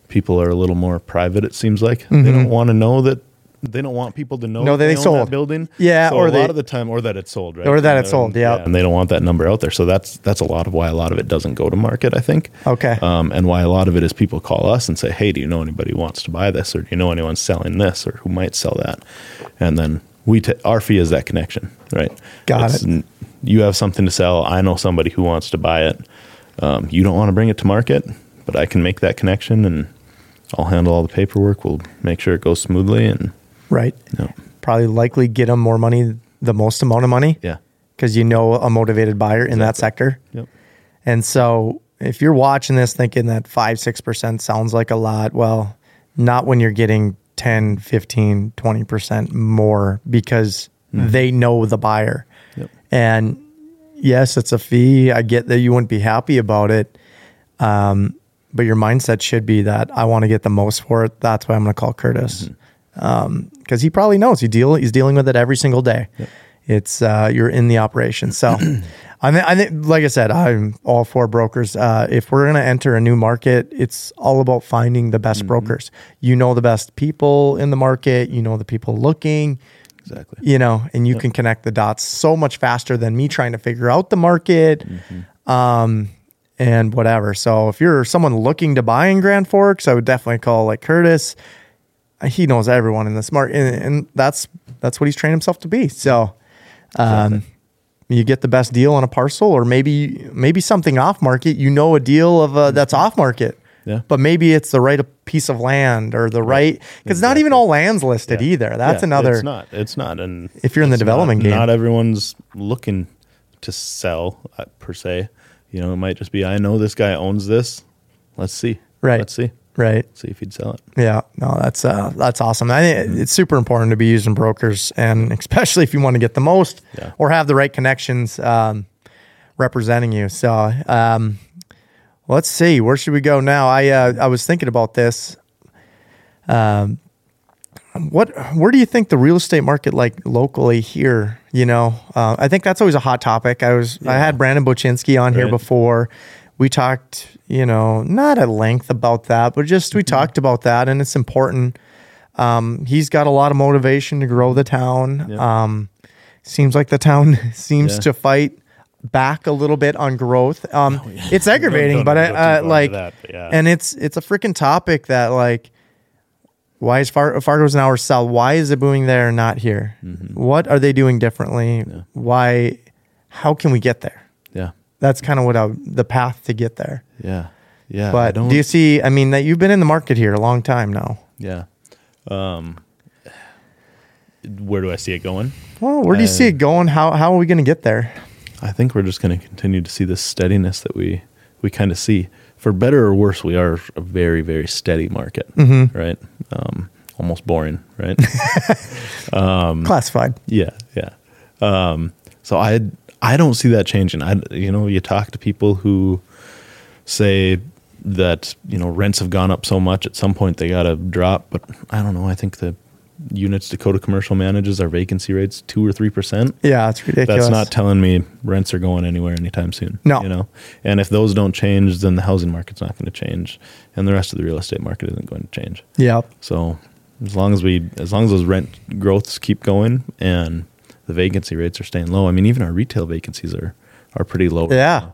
Speaker 2: people are a little more private. It seems like they don't want to know that. They don't want people to know
Speaker 1: No, that
Speaker 2: Mm-hmm. they
Speaker 1: they
Speaker 2: own
Speaker 1: sold.
Speaker 2: that building.
Speaker 1: Yeah,
Speaker 2: so
Speaker 1: or
Speaker 2: a
Speaker 1: they-
Speaker 2: lot of the time, or that it's sold, right?
Speaker 1: Or that
Speaker 2: And
Speaker 1: it's
Speaker 2: they're-
Speaker 1: sold, yeah.
Speaker 2: and they don't want that number out there. So that's that's a lot of why a lot of it doesn't go to market. I think.
Speaker 1: Okay.
Speaker 2: Um, and why a lot of it is people call us and say, "Hey, do you know anybody who wants to buy this, or do you know anyone selling this, or who might sell that?" And then we ta our fee is that connection, right?
Speaker 1: Got it.
Speaker 2: n- You have something to sell. I know somebody who wants to buy it. Um, you don't want to bring it to market, but I can make that connection, and I'll handle all the paperwork. We'll make sure it goes smoothly, and
Speaker 1: right?
Speaker 2: you know,
Speaker 1: Probably likely get them more money, the most amount of money.
Speaker 2: yeah,
Speaker 1: Because you know a motivated buyer in that sector.
Speaker 2: yep,
Speaker 1: And so if you're watching this thinking that 5 6% sounds like a lot, well, not when you're getting 10, 15, 20% more because they know the buyer.
Speaker 2: Yep.
Speaker 1: And yes, it's a fee. I get that you wouldn't be happy about it. Um, but your mindset should be that I want to get the most for it. That's why I'm going to call Curtis because he probably knows he deal he's dealing with it every single day. It's uh, you're in the operation, so I mean, I think, like I said, I'm all for brokers. Uh, if we're gonna enter a new market, it's all about finding the best brokers. You know the best people in the market. You know the people looking.
Speaker 2: exactly.
Speaker 1: You know, and you can connect the dots so much faster than me trying to figure out the market.
Speaker 2: Mm-hmm.
Speaker 1: Um, and whatever. So if you're someone looking to buy in Grand Forks, I would definitely call like Curtis he knows everyone in this market, and, and that's that's what he's trained himself to be. So, um, you get the best deal on a parcel, or maybe maybe something off market. You know a deal of uh that's off market,
Speaker 2: Mm-hmm. Yeah.
Speaker 1: But maybe it's the right piece of land or the right because not even all land's listed either. That's
Speaker 2: Yeah,
Speaker 1: another.
Speaker 2: It's not. It's not. And
Speaker 1: If you're in the
Speaker 2: it's
Speaker 1: development
Speaker 2: not,
Speaker 1: game.
Speaker 2: not everyone's looking to sell uh, per se. You know, it might just be I know this guy owns this. Let's see.
Speaker 1: Right.
Speaker 2: Let's see.
Speaker 1: Right.
Speaker 2: see if he'd sell it.
Speaker 1: Yeah, no, that's uh, that's awesome. I think it's super important to be using brokers, and especially if you want to get the most
Speaker 2: Yeah.
Speaker 1: or have the right connections um, representing you. So, um, let's see, where should we go now? I uh, I was thinking about this. Um, what where do you think the real estate market like locally here? You know, uh, I think that's always a hot topic. I was I had Brandon Bochinski on here
Speaker 2: Right.
Speaker 1: before. We talked, you know, not at length about that, but just we talked about that, and it's important. Um, he's got a lot of motivation to grow the town.
Speaker 2: Yeah.
Speaker 1: Um, seems like the town seems
Speaker 2: Yeah.
Speaker 1: to fight back a little bit on growth. Um, it's aggravating,
Speaker 2: Oh, Don't-
Speaker 1: but
Speaker 2: don't
Speaker 1: I,
Speaker 2: go too
Speaker 1: uh,
Speaker 2: far into
Speaker 1: like,
Speaker 2: that, but yeah.
Speaker 1: and it's it's a freaking topic that like, why is Far- Fargo's an hour south? Why is it booming there and not here?
Speaker 2: Mm-hmm.
Speaker 1: What are they doing differently? Why? How can we get there?
Speaker 2: Yeah.
Speaker 1: That's kind of what I, the path to get there.
Speaker 2: Yeah. Yeah. I
Speaker 1: But do
Speaker 2: don't-
Speaker 1: you see? I mean, that you've been in the market here a long time now.
Speaker 2: yeah. Um, where do I see it going?
Speaker 1: Well, where do you see it going? How how are we going to get there?
Speaker 2: I think we're just going to continue to see this steadiness that we we kind of see. For better or worse, we are a very very steady market, right? Um, almost boring, right? Um,
Speaker 1: Classified.
Speaker 2: Yeah, yeah. Um, so I I don't see that changing. I you know you talk to people who say that you know rents have gone up so much at some point they got to drop, but I don't know. I think the units Dakota commercial manages our vacancy rates two or three percent.
Speaker 1: Yeah, it's ridiculous.
Speaker 2: That's not telling me rents are going anywhere anytime soon.
Speaker 1: No.
Speaker 2: you know, and if those don't change, then the housing market's not going to change, and the rest of the real estate market isn't going to change.
Speaker 1: yep.
Speaker 2: So as long as we, as long as those rent growths keep going and the vacancy rates are staying low, I mean, even our retail vacancies are are pretty low. right
Speaker 1: Yeah.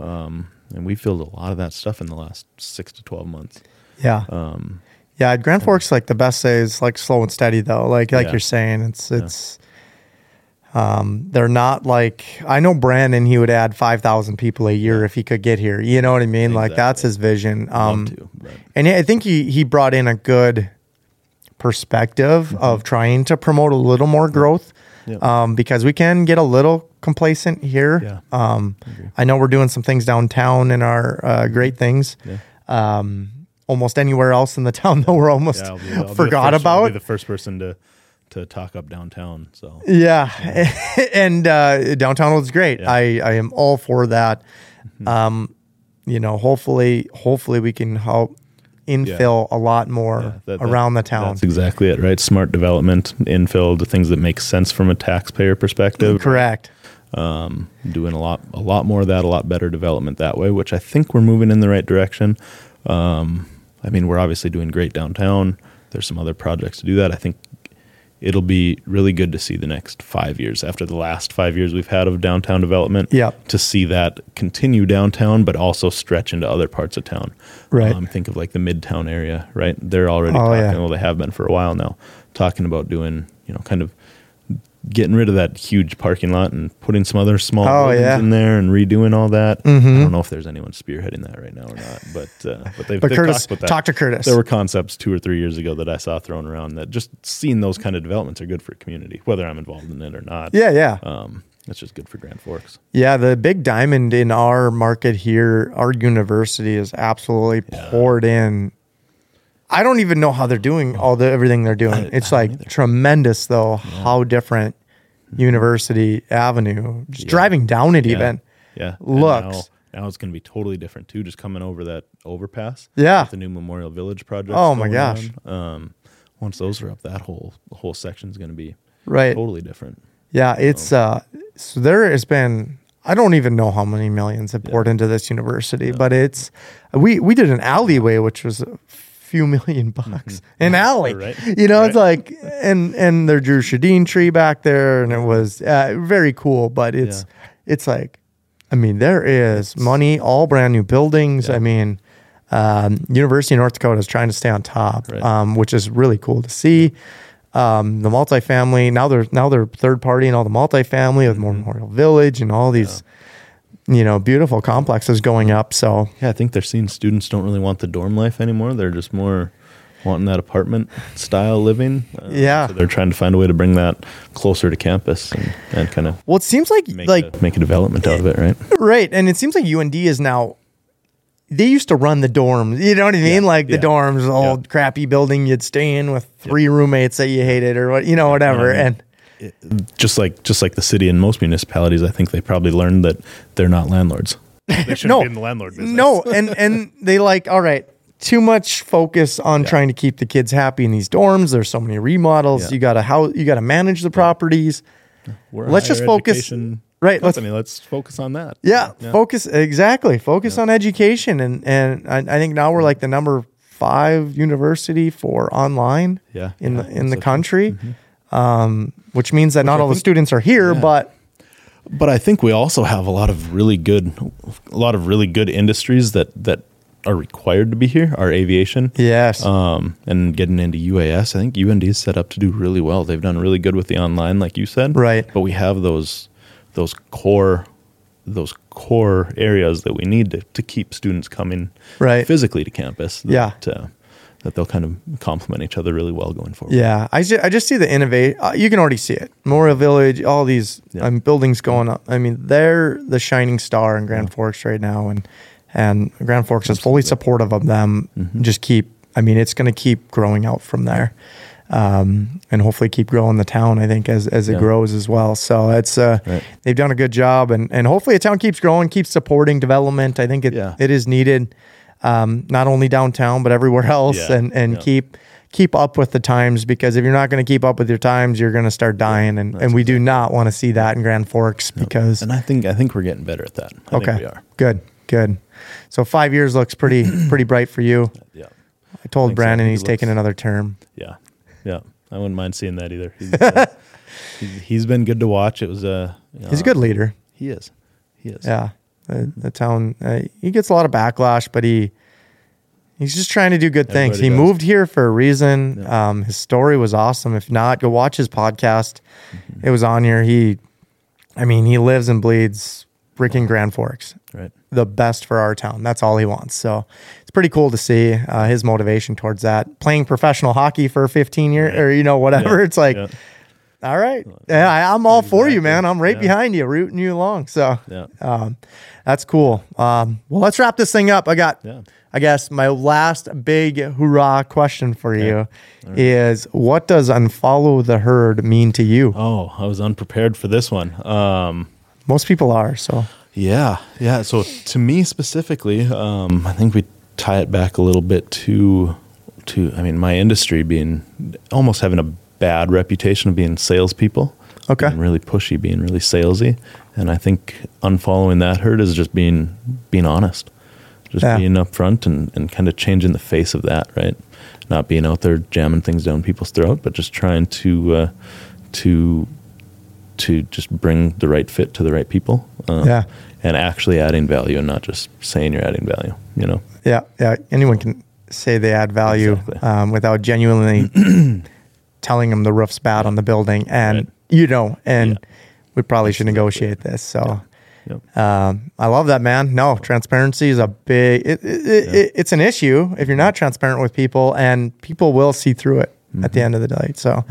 Speaker 2: now. and we filled a lot of that stuff in the last six to twelve months.
Speaker 1: Yeah.
Speaker 2: Um,
Speaker 1: yeah. Grand Forks, like the best say is like slow and steady though. Like, like
Speaker 2: Yeah.
Speaker 1: you're saying, it's, it's, um, they're not like, I know Brandon, he would add 5,000 people a year if he could get here. You know what I mean? Like that's
Speaker 2: Exactly.
Speaker 1: his vision.
Speaker 2: love
Speaker 1: Um,
Speaker 2: to, but
Speaker 1: and I think he, he brought in a good perspective
Speaker 2: Mm-hmm.
Speaker 1: of trying to promote a little more growth
Speaker 2: Yeah.
Speaker 1: um, because we can get a little complacent here.
Speaker 2: Yeah.
Speaker 1: Um, I know we're doing some things downtown in our uh,
Speaker 2: Mm-hmm.
Speaker 1: great things. Um, almost anywhere else in the town that we're almost
Speaker 2: yeah, I'll be- I'll be the
Speaker 1: forgot
Speaker 2: first- I'll be
Speaker 1: about.
Speaker 2: the first person to to talk up downtown. So
Speaker 1: Yeah, and uh, downtown was great. I I am all for that.
Speaker 2: Mm-hmm.
Speaker 1: Um, you know, hopefully, hopefully we can help infill a lot more
Speaker 2: that- that-
Speaker 1: around the town.
Speaker 2: that's exactly it, right? Smart development, infill to things that make sense from a taxpayer perspective.
Speaker 1: Correct.
Speaker 2: doing a lot a lot more of that, a lot better development that way, which I think we're moving in the right direction. Um, I mean, we're obviously doing great downtown. There's some other projects to do that. I think it'll be really good to see the next five years after the last five years we've had of downtown development.
Speaker 1: Yep.
Speaker 2: to see that continue downtown, but also stretch into other parts of town. Um,
Speaker 1: Right.
Speaker 2: think of like the midtown area. Right. They're already
Speaker 1: Oh,
Speaker 2: talking.
Speaker 1: yeah.
Speaker 2: Well, they have been for a while now, talking about doing you know kind of getting rid of that huge parking lot and putting some other small
Speaker 1: Oh,
Speaker 2: buildings
Speaker 1: yeah. Mm-hmm.
Speaker 2: in there and redoing all that. I don't know if there's anyone spearheading that right now or not, but uh, but they've,
Speaker 1: But
Speaker 2: they've
Speaker 1: Curtis,
Speaker 2: talked about that.
Speaker 1: talk to Curtis.
Speaker 2: There were concepts two or three years ago that I saw thrown around that just seeing those kind of developments are good for a community, whether I'm involved in it or not.
Speaker 1: Yeah, yeah,
Speaker 2: um, that's just good for Grand Forks.
Speaker 1: yeah. The big diamond in our market here, our university is absolutely poured in. I don't even know how they're doing all the everything they're doing. it's like tremendous, though. How different University Avenue, just driving down it, even.
Speaker 2: Mm-hmm. Yeah, And
Speaker 1: Looks.
Speaker 2: now, now it's going to be totally different too. Just coming over that overpass.
Speaker 1: Yeah.
Speaker 2: with the new Memorial Village project.
Speaker 1: Oh, my
Speaker 2: going
Speaker 1: gosh.
Speaker 2: on. Um, once those are up, that whole whole section's going to be
Speaker 1: Right.
Speaker 2: totally different.
Speaker 1: Yeah, it's uh so there has been I don't even know how many millions have poured into this university, but it's we we did an alleyway which was a few million bucks. An alley.
Speaker 2: Mm-hmm. Right.
Speaker 1: You know, it's
Speaker 2: Right.
Speaker 1: like and and their Drew Shadeen tree back there and it was uh, very cool, but it's it's like I mean, there is money, all brand new buildings. I mean, um, University of North Dakota is trying to stay on top,
Speaker 2: Right.
Speaker 1: um, which is really cool to see. Um, the multifamily now they're now they're third party and all the multifamily with
Speaker 2: Mm-hmm.
Speaker 1: Memorial Village and all these, you know, beautiful complexes going up. So
Speaker 2: Yeah, I think they're seeing students don't really want the dorm life anymore. They're just more wanting that apartment style living. Uh,
Speaker 1: Yeah.
Speaker 2: so they're trying to find a way to bring that closer to campus and, and kind of
Speaker 1: well, it seems like
Speaker 2: make
Speaker 1: like
Speaker 2: a, make a development out of it, right?
Speaker 1: Right. And it seems like UND is now they used to run the dorms. You know what I mean? like the
Speaker 2: yeah.
Speaker 1: dorms, the old
Speaker 2: Yeah.
Speaker 1: crappy building you'd stay in with three roommates that you hated or what you know, whatever.
Speaker 2: I mean-
Speaker 1: And
Speaker 2: Just like just like the city and most municipalities, I think they probably learned that they're not landlords. They shouldn't
Speaker 1: No.
Speaker 2: be in the landlord business.
Speaker 1: no, and and they like, all right, too much focus on trying to keep the kids happy in these dorms. There's so many remodels.
Speaker 2: Yeah.
Speaker 1: You gotta how you gotta manage the properties.
Speaker 2: We're a
Speaker 1: Let's just
Speaker 2: higher
Speaker 1: focus-
Speaker 2: education
Speaker 1: right, let's-
Speaker 2: Company. Let's, focus on that.
Speaker 1: Yeah, focus exactly. Focus on education, and and I, I think now we're like the number five university for online.
Speaker 2: Yeah,
Speaker 1: in
Speaker 2: yeah,
Speaker 1: the in
Speaker 2: that's Mm-hmm.
Speaker 1: the
Speaker 2: a-
Speaker 1: country, um, which means that not all the students are here, but
Speaker 2: but I think we also have a lot of really good, a lot of really good industries that that are required to be here. Our aviation,
Speaker 1: yes,
Speaker 2: um, and getting into UAS. I think UND is set up to do really well. They've done really good with the online, like you said.
Speaker 1: Right.
Speaker 2: But we have those those core those core areas that we need to, to keep students coming
Speaker 1: Right.
Speaker 2: physically to campus.
Speaker 1: Yeah.
Speaker 2: That, uh, that they'll kind of complement each other really well going forward.
Speaker 1: yeah. I just, I just see the innovate. Uh, you can already see it. Memorial Village, all these
Speaker 2: Yeah.
Speaker 1: um, buildings going up. I mean, they're the shining star in Grand Forks right now, and and Grand Forks is fully supportive of them.
Speaker 2: Mm-hmm.
Speaker 1: Just keep. I mean, it's going to keep growing out from there, um, and hopefully keep growing the town. I think as as it
Speaker 2: Yeah.
Speaker 1: grows as well. So it's uh,
Speaker 2: Right.
Speaker 1: they've done a good job, and and hopefully the town keeps growing, keeps supporting development. I think it
Speaker 2: Yeah.
Speaker 1: it is needed, um, not only downtown but everywhere else,
Speaker 2: Yeah.
Speaker 1: and and
Speaker 2: Yeah.
Speaker 1: keep keep up with the times because if you're not going to keep up with your times, you're going to start dying, and and we do not want to see that in Grand Forks because
Speaker 2: And I think I think we're getting better at that. I
Speaker 1: okay,
Speaker 2: think we are.
Speaker 1: good, good. So five years looks pretty pretty bright for you.
Speaker 2: Yeah.
Speaker 1: I told
Speaker 2: Thanks, I
Speaker 1: Brandon
Speaker 2: think
Speaker 1: he's
Speaker 2: it
Speaker 1: taking
Speaker 2: looks-
Speaker 1: another term.
Speaker 2: Yeah, yeah. I wouldn't mind seeing that either. He's, uh, he's, he's been good to watch. It was uh,
Speaker 1: He's a
Speaker 2: uh,
Speaker 1: good leader.
Speaker 2: He is. He is.
Speaker 1: Yeah, the, the town. Uh, he gets a lot of backlash, but he he's just trying to do good things. He
Speaker 2: Everybody does.
Speaker 1: moved here for a reason. Um, his story was awesome. If not, go watch his podcast.
Speaker 2: Mm-hmm.
Speaker 1: It was on here. He, I mean, he lives and bleeds freaking Grand Forks.
Speaker 2: Right.
Speaker 1: The best for our town. That's all he wants. So it's pretty cool to see uh, his motivation towards that. Playing professional hockey for 15 years, or you know, whatever.
Speaker 2: Yeah.
Speaker 1: It's like
Speaker 2: Yeah.
Speaker 1: All right. Yeah, I, I'm all for you,
Speaker 2: Exactly.
Speaker 1: man. I'm right
Speaker 2: Yeah.
Speaker 1: behind you, rooting you along. So
Speaker 2: Yeah.
Speaker 1: um, that's cool. Um, well, let's wrap this thing up. I got,
Speaker 2: Yeah.
Speaker 1: I guess, my last big hurrah question for you is what does unfollow the herd mean to you?
Speaker 2: Oh, I was unprepared for this one. Um,
Speaker 1: Most people are. So
Speaker 2: Yeah, yeah. So to me specifically, um, I think we tie it back a little bit to to I mean my industry being almost having a bad reputation of being salespeople.
Speaker 1: Okay.
Speaker 2: Being really pushy, being really salesy, and I think unfollowing that herd is just being being honest, just
Speaker 1: Yeah.
Speaker 2: being upfront and and kind of changing the face of that, right? Not being out there jamming things down people's throat, but just trying to uh, to to just bring the right fit to the right people. Um,
Speaker 1: Yeah.
Speaker 2: And actually adding value and not just saying you're adding value, you know?
Speaker 1: yeah, yeah. Anyone can say they add value
Speaker 2: Exactly.
Speaker 1: um, without genuinely telling them the roof's bad on the building, and
Speaker 2: Right.
Speaker 1: you know, and
Speaker 2: Yeah.
Speaker 1: we probably should negotiate this. So.
Speaker 2: Yep.
Speaker 1: Um, I love that, man. No, transparency is a big. It, it, it, it, it's an issue if you're not transparent with people, and people will see through it at
Speaker 2: Mm-hmm.
Speaker 1: the end of the day. So,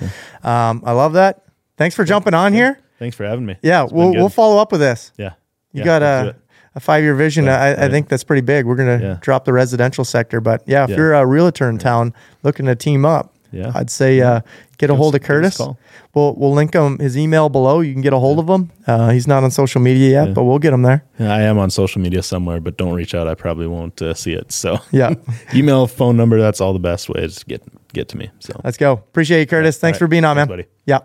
Speaker 1: um, I love that. Thanks for jumping on here.
Speaker 2: Thanks for having me.
Speaker 1: Yeah,
Speaker 2: It's been
Speaker 1: we'll
Speaker 2: good.
Speaker 1: we'll follow up with this.
Speaker 2: yeah.
Speaker 1: You
Speaker 2: Yeah,
Speaker 1: got
Speaker 2: let's do
Speaker 1: a a five year vision.
Speaker 2: Yeah,
Speaker 1: I, I
Speaker 2: right.
Speaker 1: think that's pretty big. We're gonna
Speaker 2: Yeah.
Speaker 1: drop the residential sector, but yeah, if
Speaker 2: Yeah.
Speaker 1: you're a realtor in town looking to team up,
Speaker 2: Yeah.
Speaker 1: I'd say uh, get a
Speaker 2: us-
Speaker 1: hold of
Speaker 2: give us a
Speaker 1: Curtis.
Speaker 2: call.
Speaker 1: We'll we'll link him his email below. You can get a hold of him. Uh, he's not on social media yet, but we'll get him there.
Speaker 2: it. Yeah, I am on social media somewhere, but don't reach out. I probably won't uh, see it. So
Speaker 1: Yeah.
Speaker 2: email, phone number, that's all the best ways to get, get to me. So
Speaker 1: Let's go. Appreciate you, Curtis. Thanks
Speaker 2: All
Speaker 1: for
Speaker 2: right.
Speaker 1: being on, man.
Speaker 2: Thanks, buddy.
Speaker 1: Yeah.